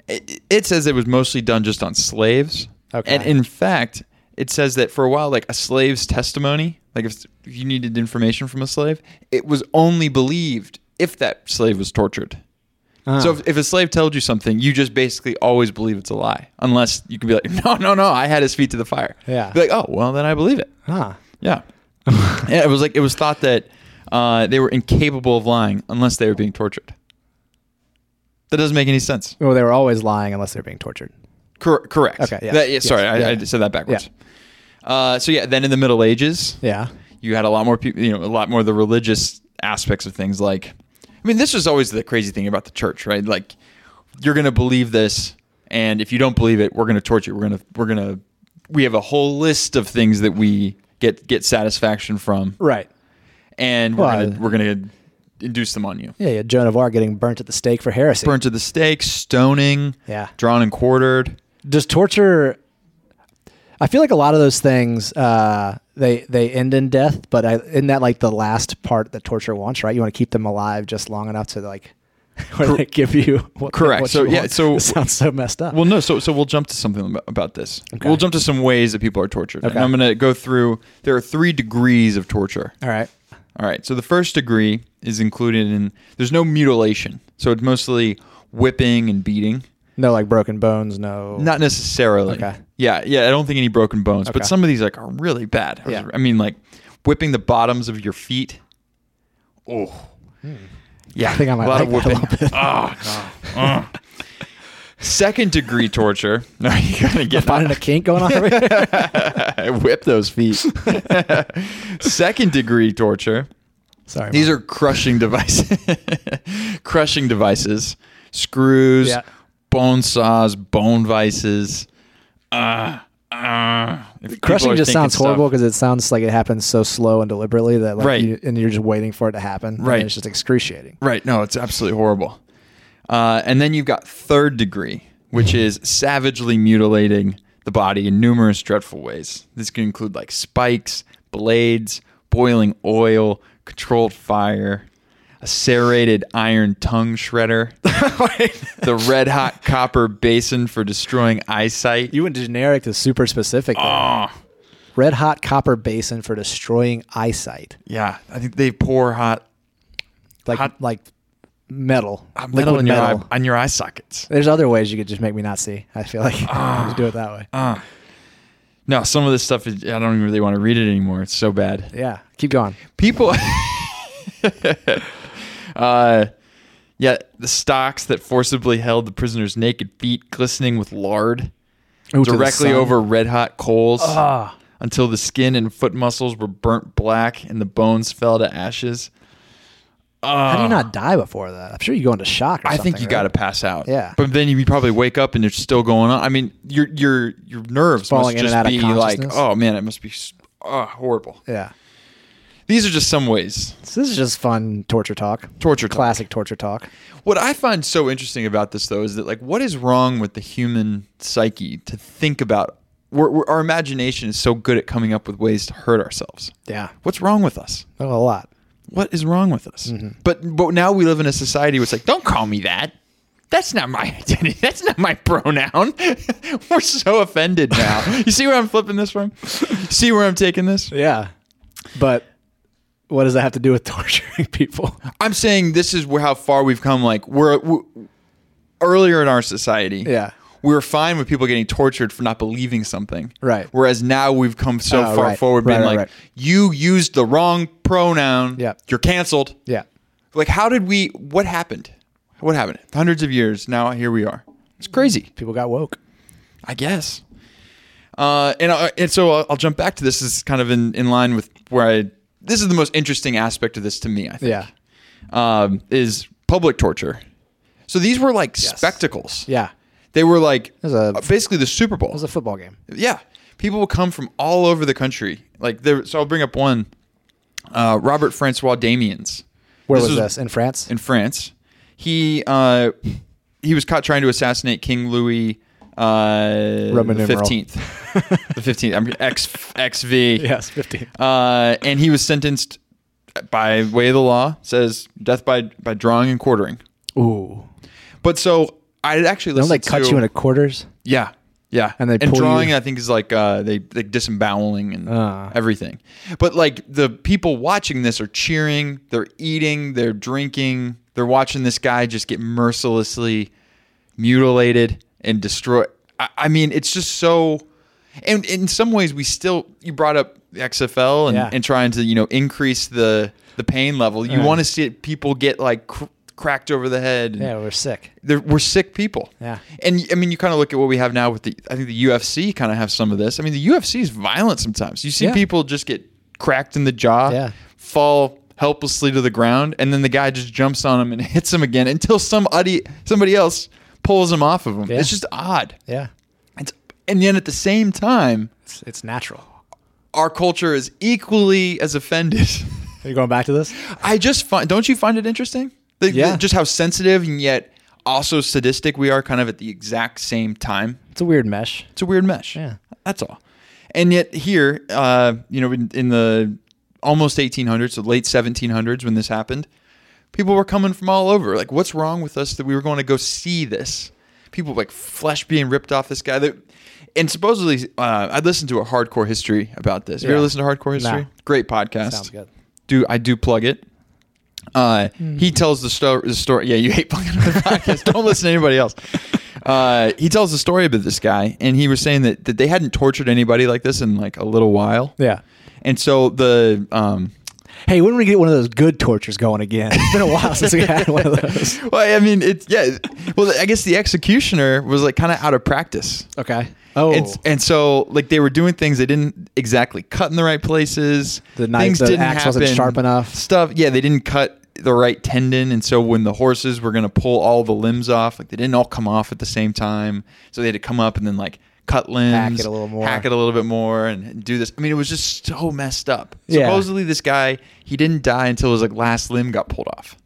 Speaker 2: it, it says it was mostly done just on slaves.
Speaker 1: Okay.
Speaker 2: And in fact, it says that for a while, like a slave's testimony, like if, if you needed information from a slave, it was only believed if that slave was tortured.
Speaker 1: Ah.
Speaker 2: So if, if a slave told you something, you just basically always believe it's a lie, unless you can be like, no, no, no, I had his feet to the fire.
Speaker 1: Yeah.
Speaker 2: Be like, oh, well, then I believe it.
Speaker 1: huh.
Speaker 2: Yeah. yeah, it was like it was thought that uh, they were incapable of lying unless they were being tortured. That doesn't make any sense.
Speaker 1: Well, they were always lying unless they were being tortured.
Speaker 2: Cor- correct.
Speaker 1: Okay, yeah.
Speaker 2: That- yeah, sorry,
Speaker 1: Yes,
Speaker 2: I,
Speaker 1: yeah,
Speaker 2: I
Speaker 1: yeah.
Speaker 2: said that backwards. Uh, so yeah, then in the Middle Ages,
Speaker 1: Yeah.
Speaker 2: you had a lot more people. You know, a lot more of the religious aspects of things. Like, I mean, this was always the crazy thing about the church, right? Like, you're going to believe this, and if you don't believe it, we're going to torture you. We're going to we're going to we have a whole list of things that we get get satisfaction from
Speaker 1: Right.
Speaker 2: and we're
Speaker 1: Well,
Speaker 2: gonna we're gonna induce them on you.
Speaker 1: Yeah, yeah. Joan of Arc getting burnt at the stake for heresy.
Speaker 2: Burnt to the stake, stoning,
Speaker 1: Yeah.
Speaker 2: drawn and quartered.
Speaker 1: Does torture? I feel like a lot of those things uh, they they end in death, but I, isn't that like the last part that torture wants? Right, you want to keep them alive just long enough to like where they give you what,
Speaker 2: Correct.
Speaker 1: what
Speaker 2: So,
Speaker 1: you
Speaker 2: yeah,
Speaker 1: want.
Speaker 2: so-
Speaker 1: This sounds so messed up.
Speaker 2: Well, no, so so we'll jump to something ab- about this.
Speaker 1: Okay.
Speaker 2: We'll jump to some ways that people are tortured. And
Speaker 1: Okay.
Speaker 2: I'm gonna go through. There are three degrees of torture.
Speaker 1: All right.
Speaker 2: All right. So the first degree is included in. There's no mutilation, so it's mostly whipping and beating.
Speaker 1: No, like broken bones. No.
Speaker 2: Not necessarily.
Speaker 1: Okay.
Speaker 2: Yeah, yeah. I don't think any broken bones,
Speaker 1: Okay.
Speaker 2: but some of these like are really bad. I was-
Speaker 1: Yeah.
Speaker 2: I mean, like whipping the bottoms of your feet. Oh, yeah,
Speaker 1: Hmm. I think I might
Speaker 2: a
Speaker 1: like
Speaker 2: lot
Speaker 1: that
Speaker 2: of
Speaker 1: a
Speaker 2: whipping.
Speaker 1: little bit.
Speaker 2: Oh, God. Ugh. Second degree torture. No, you gotta get
Speaker 1: Finding a kink going on over here.
Speaker 2: whip those feet. Second degree torture.
Speaker 1: Sorry.
Speaker 2: These
Speaker 1: Mom.
Speaker 2: are crushing devices. crushing devices. Screws,
Speaker 1: Yeah.
Speaker 2: bone saws, bone vices. Uh, uh, If people
Speaker 1: crushing
Speaker 2: are
Speaker 1: just
Speaker 2: thinking
Speaker 1: sounds
Speaker 2: stuff-
Speaker 1: horrible because it sounds like it happens so slow and deliberately that like
Speaker 2: Right.
Speaker 1: you, and you're just waiting for it to happen. and
Speaker 2: Right.
Speaker 1: it's just excruciating.
Speaker 2: Right. No, it's absolutely horrible. Uh, and then you've got third degree, which is savagely mutilating the body in numerous dreadful ways. This can include like spikes, blades, boiling oil, controlled fire, a serrated iron tongue shredder, the red hot copper basin for destroying eyesight.
Speaker 1: You went generic to super specific. there.
Speaker 2: Ah.
Speaker 1: Red hot copper basin for destroying eyesight.
Speaker 2: yeah, I think they pour hot,
Speaker 1: Like
Speaker 2: Hot-
Speaker 1: like metal.
Speaker 2: hot
Speaker 1: liquid
Speaker 2: metal in your eye, on your eye sockets.
Speaker 1: There's other ways you could just make me not see. I feel like
Speaker 2: Ah.
Speaker 1: you could do it that way.
Speaker 2: No, some of this stuff is, I don't even really want to read it anymore. It's so bad.
Speaker 1: yeah. Keep going.
Speaker 2: people uh yeah the stocks that forcibly held the prisoner's naked feet glistening with lard
Speaker 1: Ooh, to the
Speaker 2: directly
Speaker 1: sun.
Speaker 2: over red hot coals
Speaker 1: Ah.
Speaker 2: until the skin and foot muscles were burnt black and the bones fell to ashes
Speaker 1: How
Speaker 2: Ah.
Speaker 1: do you not die before that? I'm sure you go into shock. Or
Speaker 2: I think
Speaker 1: something,
Speaker 2: you
Speaker 1: right?
Speaker 2: got to pass out.
Speaker 1: Yeah.
Speaker 2: but then you probably wake up and it's still going on. I mean, your your your nerves
Speaker 1: Falling in and
Speaker 2: must just
Speaker 1: out of
Speaker 2: be like,
Speaker 1: consciousness.
Speaker 2: oh man, it must be s- oh, horrible.
Speaker 1: Yeah.
Speaker 2: These are just some ways
Speaker 1: So this is just fun torture talk.
Speaker 2: torture. Class.
Speaker 1: Classic torture talk.
Speaker 2: What I find so interesting about this, though, is that like, what is wrong with the human psyche to think about? We're, we're, our imagination is so good at coming up with ways to hurt ourselves.
Speaker 1: Yeah.
Speaker 2: What's wrong with us?
Speaker 1: Oh, a lot.
Speaker 2: What is wrong with us? But but now we live in a society where it's like, don't call me that. That's not my identity. That's not my pronoun. we're so offended now. you see where I'm flipping this from? see where I'm taking this?
Speaker 1: Yeah. But what does that have to do with torturing people?
Speaker 2: I'm saying this is where, how far we've come. Like we're, we earlier in our society.
Speaker 1: Yeah.
Speaker 2: We were fine with people getting tortured for not believing something.
Speaker 1: Right.
Speaker 2: Whereas now we've come so
Speaker 1: Oh,
Speaker 2: far
Speaker 1: right.
Speaker 2: forward, being
Speaker 1: Right, right,
Speaker 2: like,
Speaker 1: right.
Speaker 2: you used the wrong pronoun.
Speaker 1: Yeah.
Speaker 2: You're canceled.
Speaker 1: Yeah.
Speaker 2: Like, how did we? What happened? What happened? Hundreds of years. Now here we are. It's crazy.
Speaker 1: People got woke.
Speaker 2: I guess. Uh, and I, and so I'll, I'll jump back to this. This is kind of in, in line with where I. This is the most interesting aspect of this to me. I think
Speaker 1: Yeah.
Speaker 2: um, is public torture. So these were like spectacles.
Speaker 1: Yeah.
Speaker 2: They were like
Speaker 1: was a-
Speaker 2: uh, basically the Super
Speaker 1: It
Speaker 2: Bowl.
Speaker 1: was a football game.
Speaker 2: yeah. People will come from all over the country. Like there, so I'll bring up one. Uh, Robert Francois Damiens
Speaker 1: Where
Speaker 2: This
Speaker 1: was
Speaker 2: was-
Speaker 1: this? In France?
Speaker 2: in France. He uh, he was caught trying to assassinate King Louis uh,
Speaker 1: Roman numeral.
Speaker 2: the fifteenth. the fifteenth. I'm X XV.
Speaker 1: yes, 15.
Speaker 2: Uh, and he was sentenced by way of the law. Says death by by drawing and quartering.
Speaker 1: Ooh.
Speaker 2: But so I actually
Speaker 1: Don't
Speaker 2: listened
Speaker 1: like cut
Speaker 2: to
Speaker 1: you into quarters?
Speaker 2: yeah yeah
Speaker 1: And they
Speaker 2: and
Speaker 1: pull
Speaker 2: drawing
Speaker 1: you-
Speaker 2: I think is like uh, they like disemboweling and
Speaker 1: Ah.
Speaker 2: everything. But like the people watching this are cheering, they're eating, they're drinking, they're watching this guy just get mercilessly mutilated and destroyed. I, I mean, it's just so. And in some ways, we still you brought up the XFL and,
Speaker 1: Yeah.
Speaker 2: and trying to you know increase the the pain level. You
Speaker 1: Yeah.
Speaker 2: want to see it, people get like cr- cracked over the head. and-
Speaker 1: Yeah, we're sick.
Speaker 2: they're, we're sick people.
Speaker 1: Yeah.
Speaker 2: And I mean, you kind of look at what we have now with the, I think the UFC kind of have some of this. I mean, the UFC is violent sometimes. You see
Speaker 1: Yeah.
Speaker 2: people just get cracked in the jaw,
Speaker 1: Yeah.
Speaker 2: fall helplessly to the ground, and then the guy just jumps on him and hits him again until somebody, somebody else pulls him off of him.
Speaker 1: Yeah.
Speaker 2: It's just odd.
Speaker 1: Yeah.
Speaker 2: It's, and then at the same time,
Speaker 1: It's, it's natural.
Speaker 2: our culture is equally as offended.
Speaker 1: Are you going back to this?
Speaker 2: I just find, don't you find it interesting? The- the-
Speaker 1: Yeah.
Speaker 2: just how sensitive and yet also sadistic we are kind of at the exact same time.
Speaker 1: It's a weird mesh.
Speaker 2: It's a weird mesh.
Speaker 1: Yeah.
Speaker 2: That's all. And yet here, uh, you know, in, in the almost 1800s, so late 1700s when this happened, people were coming from all over. Like, what's wrong with us that we were going to go see this? People like flesh being ripped off this guy. That, and supposedly, uh, I listened to a hardcore history about this. Have you
Speaker 1: Yeah.
Speaker 2: ever listened to hardcore history?
Speaker 1: No.
Speaker 2: Great podcast.
Speaker 1: Sounds good.
Speaker 2: Do I do plug it? Uh, He tells the, sto- the story. Yeah, you hate plugging on the podcast. Don't listen to anybody else. Uh, he tells the story about this guy, and he was saying that, that they hadn't tortured anybody like this in like a little while.
Speaker 1: Yeah.
Speaker 2: And so the um,
Speaker 1: Hey, when do we get one of those good tortures going again? It's been a while since we had one of those.
Speaker 2: well, I mean, it's yeah. Well, I guess the executioner was like kind of out of practice.
Speaker 1: Okay. Oh,
Speaker 2: And, and so, like, they were doing things they didn't exactly cut in the right places.
Speaker 1: The knife-
Speaker 2: things
Speaker 1: the axe wasn't sharp enough.
Speaker 2: Stuff, yeah, they didn't cut the right tendon, and so when the horses were going to pull all the limbs off, like they didn't all come off at the same time. So they had to come up and then like cut limbs,
Speaker 1: it a little more.
Speaker 2: hack it a little bit more, and do this. I mean, it was just so messed up.
Speaker 1: Yeah.
Speaker 2: Supposedly, this guy he didn't die until his like last limb got pulled off.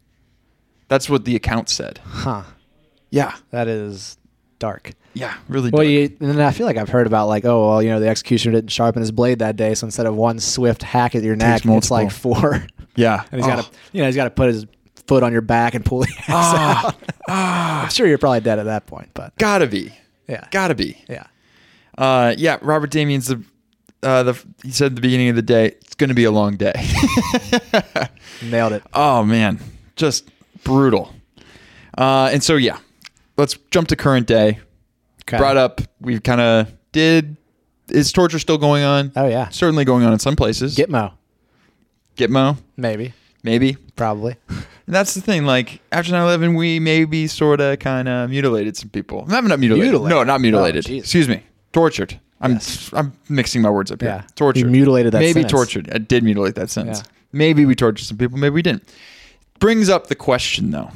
Speaker 2: That's what the account said.
Speaker 1: huh.
Speaker 2: Yeah,
Speaker 1: That is dark.
Speaker 2: yeah, really.
Speaker 1: Well,
Speaker 2: dark.
Speaker 1: you, and then I feel like I've heard about like, oh, well, you know, the executioner didn't sharpen his blade that day, so instead of one swift hack at your neck, it's
Speaker 2: multiple.
Speaker 1: like four. and
Speaker 2: yeah,
Speaker 1: he's got to, you know, he's got to put his foot on your back and pull the axe out. I'm sure you're probably dead at that point, but
Speaker 2: gotta be,
Speaker 1: yeah,
Speaker 2: gotta be.
Speaker 1: yeah,
Speaker 2: Uh, yeah, Robert Damien's the, uh, the he said at the beginning of the day it's going to be a long day.
Speaker 1: nailed it.
Speaker 2: oh man, just brutal. Uh, and so yeah, let's jump to current day.
Speaker 1: Okay.
Speaker 2: Brought up, we kind of did. Is torture still going on?
Speaker 1: Oh yeah,
Speaker 2: Certainly going on in some places.
Speaker 1: Gitmo,
Speaker 2: Gitmo,
Speaker 1: maybe,
Speaker 2: maybe.
Speaker 1: probably.
Speaker 2: And that's the thing. Like after 9-11, we maybe sort of kind of mutilated some people. Not not mutilated.
Speaker 1: Mutilated? Oh,
Speaker 2: No, not mutilated.
Speaker 1: jeez.
Speaker 2: Excuse me. Tortured. I'm
Speaker 1: Yes.
Speaker 2: I'm mixing my words up here.
Speaker 1: Yeah.
Speaker 2: Tortured.
Speaker 1: You mutilated that
Speaker 2: Maybe
Speaker 1: sentence.
Speaker 2: tortured. I did mutilate that sentence.
Speaker 1: Yeah.
Speaker 2: Maybe we tortured some people. Maybe we didn't. Brings up the question though.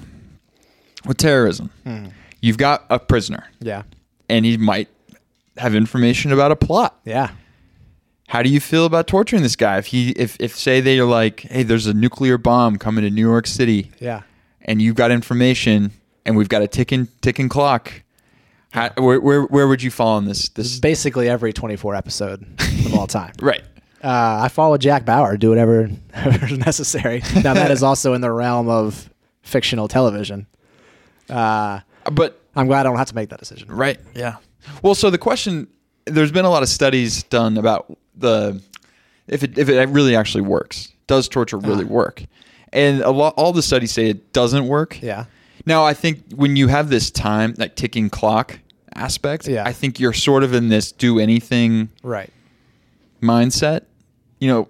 Speaker 2: With terrorism,
Speaker 1: Hmm.
Speaker 2: you've got a prisoner,
Speaker 1: Yeah,
Speaker 2: and he might have information about a plot
Speaker 1: yeah,
Speaker 2: how do you feel about torturing this guy if he if if say they're like hey there's a nuclear bomb coming to new york city
Speaker 1: yeah.
Speaker 2: and you've got information and we've got a ticking ticking clock how, where, where where would you fall on this this
Speaker 1: Basically, every 24 episode of all time.
Speaker 2: right
Speaker 1: uh, I follow Jack Bauer. Do whatever is necessary. Now that is also in the realm of fictional television. Uh,
Speaker 2: but
Speaker 1: I'm glad I don't have to make that decision.
Speaker 2: right yeah well so the question there's been a lot of studies done about the if it if it really actually works does torture really
Speaker 1: Uh-huh.
Speaker 2: work and a lot all the studies say it doesn't work
Speaker 1: Yeah,
Speaker 2: Now, I think when you have this time, like ticking clock aspect,
Speaker 1: Yeah.
Speaker 2: I think you're sort of in this do anything
Speaker 1: right.
Speaker 2: mindset. You know,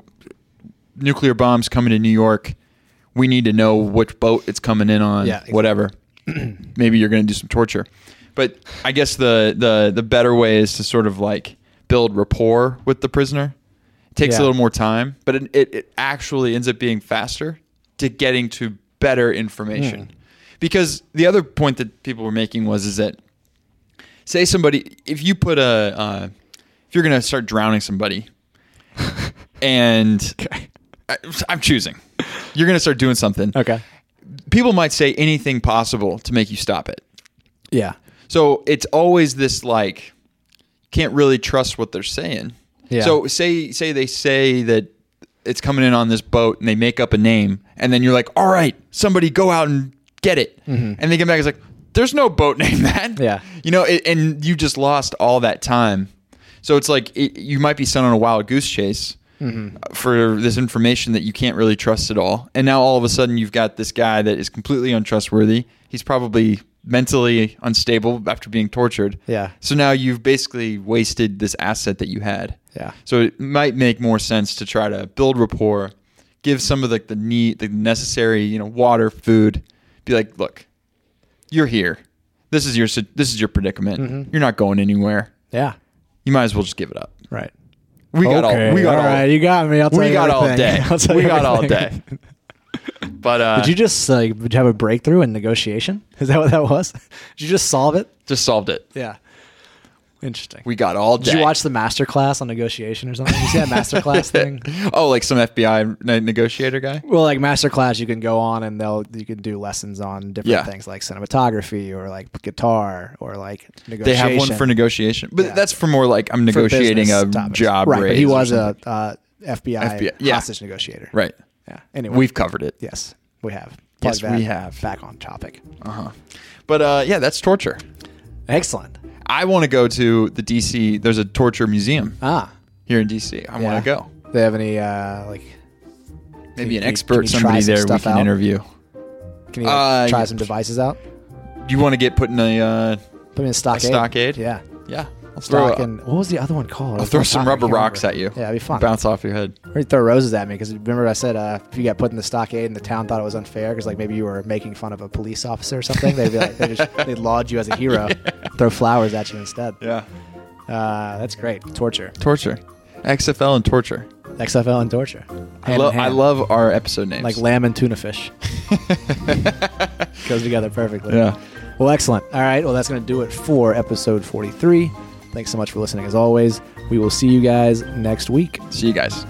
Speaker 2: nuclear bombs coming to New York. We need to know which boat it's coming in on.
Speaker 1: Yeah, exactly.
Speaker 2: Whatever. Maybe you're going to do some torture, but I guess the the the better way is to sort of like build rapport with the prisoner. It takes
Speaker 1: Yeah.
Speaker 2: a little more time, but it, it it actually ends up being faster to getting to better
Speaker 1: Hmm.
Speaker 2: information. Because the other point that people were making was is that say somebody if you put a uh, if you're gonna start drowning somebody and I, i'm choosing you're gonna start doing something
Speaker 1: Okay.
Speaker 2: people might say anything possible to make you stop it
Speaker 1: Yeah.
Speaker 2: so it's always this like can't really trust what they're saying
Speaker 1: Yeah.
Speaker 2: so say say they say that it's coming in on this boat and they make up a name and then you're like all right somebody go out and get it and they come back it's like there's no boat named that
Speaker 1: Mm-hmm. Yeah.
Speaker 2: you know it, and you just lost all that time so it's like it, you might be sent on a wild goose chase
Speaker 1: Mm-hmm.
Speaker 2: uh, for this information that you can't really trust at all and now all of a sudden you've got this guy that is completely untrustworthy he's probably mentally unstable after being tortured
Speaker 1: Yeah.
Speaker 2: so now you've basically wasted this asset that you had
Speaker 1: Yeah.
Speaker 2: so it might make more sense to try to build rapport, give some of like the need, the necessary, you know, water, food. Be like, look, you're here. This is your si- this is your predicament.
Speaker 1: Mm-hmm.
Speaker 2: You're not going anywhere.
Speaker 1: Yeah.
Speaker 2: You might as well just give it up.
Speaker 1: Right.
Speaker 2: We got all. We got
Speaker 1: all
Speaker 2: all.
Speaker 1: right. You got me. I'll tell
Speaker 2: we
Speaker 1: you
Speaker 2: got all
Speaker 1: everything.
Speaker 2: day.
Speaker 1: I'll tell
Speaker 2: We
Speaker 1: you
Speaker 2: got all
Speaker 1: everything.
Speaker 2: day. But uh,
Speaker 1: Did you just like did you have a breakthrough in negotiation? Is that what that was? Did you just solve it?
Speaker 2: just solved it.
Speaker 1: Yeah. Interesting.
Speaker 2: We got all day.
Speaker 1: Did you watch the master class on negotiation or something? Did you see that master class thing?
Speaker 2: Oh, like some FBI ne- negotiator guy.
Speaker 1: Well, like masterclass, you can go on and they'll you can do lessons on different
Speaker 2: Yeah.
Speaker 1: things like cinematography or like guitar or like negotiation.
Speaker 2: They have one for negotiation, but
Speaker 1: Yeah.
Speaker 2: that's for more like I'm
Speaker 1: for
Speaker 2: negotiating
Speaker 1: business
Speaker 2: a
Speaker 1: topics.
Speaker 2: job.
Speaker 1: Right, but he
Speaker 2: raise or
Speaker 1: was
Speaker 2: something.
Speaker 1: a uh, FBI,
Speaker 2: FBI yeah.
Speaker 1: hostage negotiator.
Speaker 2: right.
Speaker 1: Yeah. Anyway,
Speaker 2: We've covered it.
Speaker 1: yes, we have.
Speaker 2: Yes,
Speaker 1: that
Speaker 2: we have.
Speaker 1: Back on topic.
Speaker 2: But uh, yeah, that's torture.
Speaker 1: Excellent.
Speaker 2: I want to go to the DC. There's a torture museum
Speaker 1: Ah,
Speaker 2: here in DC. I
Speaker 1: yeah.
Speaker 2: want to go.
Speaker 1: They have any uh, like?
Speaker 2: Maybe an
Speaker 1: Can you- can
Speaker 2: expert,
Speaker 1: you try
Speaker 2: somebody
Speaker 1: some
Speaker 2: there we
Speaker 1: stuff
Speaker 2: can
Speaker 1: out?
Speaker 2: interview.
Speaker 1: Can you like,
Speaker 2: Uh,
Speaker 1: try
Speaker 2: yeah.
Speaker 1: some devices out?
Speaker 2: Do you want to get put in a uh,
Speaker 1: Put me in a stockade.
Speaker 2: stockade?
Speaker 1: Yeah.
Speaker 2: Yeah. I'll throw,
Speaker 1: Stock and what was the other one called?
Speaker 2: I'll throw some
Speaker 1: I can't
Speaker 2: rubber rocks
Speaker 1: remember.
Speaker 2: at you.
Speaker 1: Yeah, it'd be fun.
Speaker 2: Bounce off your head.
Speaker 1: Or he'd throw roses at me because remember I said uh, if you got put in the stockade and the town thought it was unfair because like maybe you were making fun of a police officer or something, they'd be like they just they'd laud you as a hero, throw flowers at you instead.
Speaker 2: Yeah.
Speaker 1: Uh, that's great. Torture,
Speaker 2: Torture. XFL and torture.
Speaker 1: XFL and torture.
Speaker 2: I,
Speaker 1: Hand
Speaker 2: lo-
Speaker 1: in hand.
Speaker 2: I love our episode names.
Speaker 1: like lamb and tuna fish goes together perfectly.
Speaker 2: yeah.
Speaker 1: Well, excellent. All right. Well, that's going to do it for episode 43. Thanks so much for listening as always. We will see you guys next week.
Speaker 2: See you guys.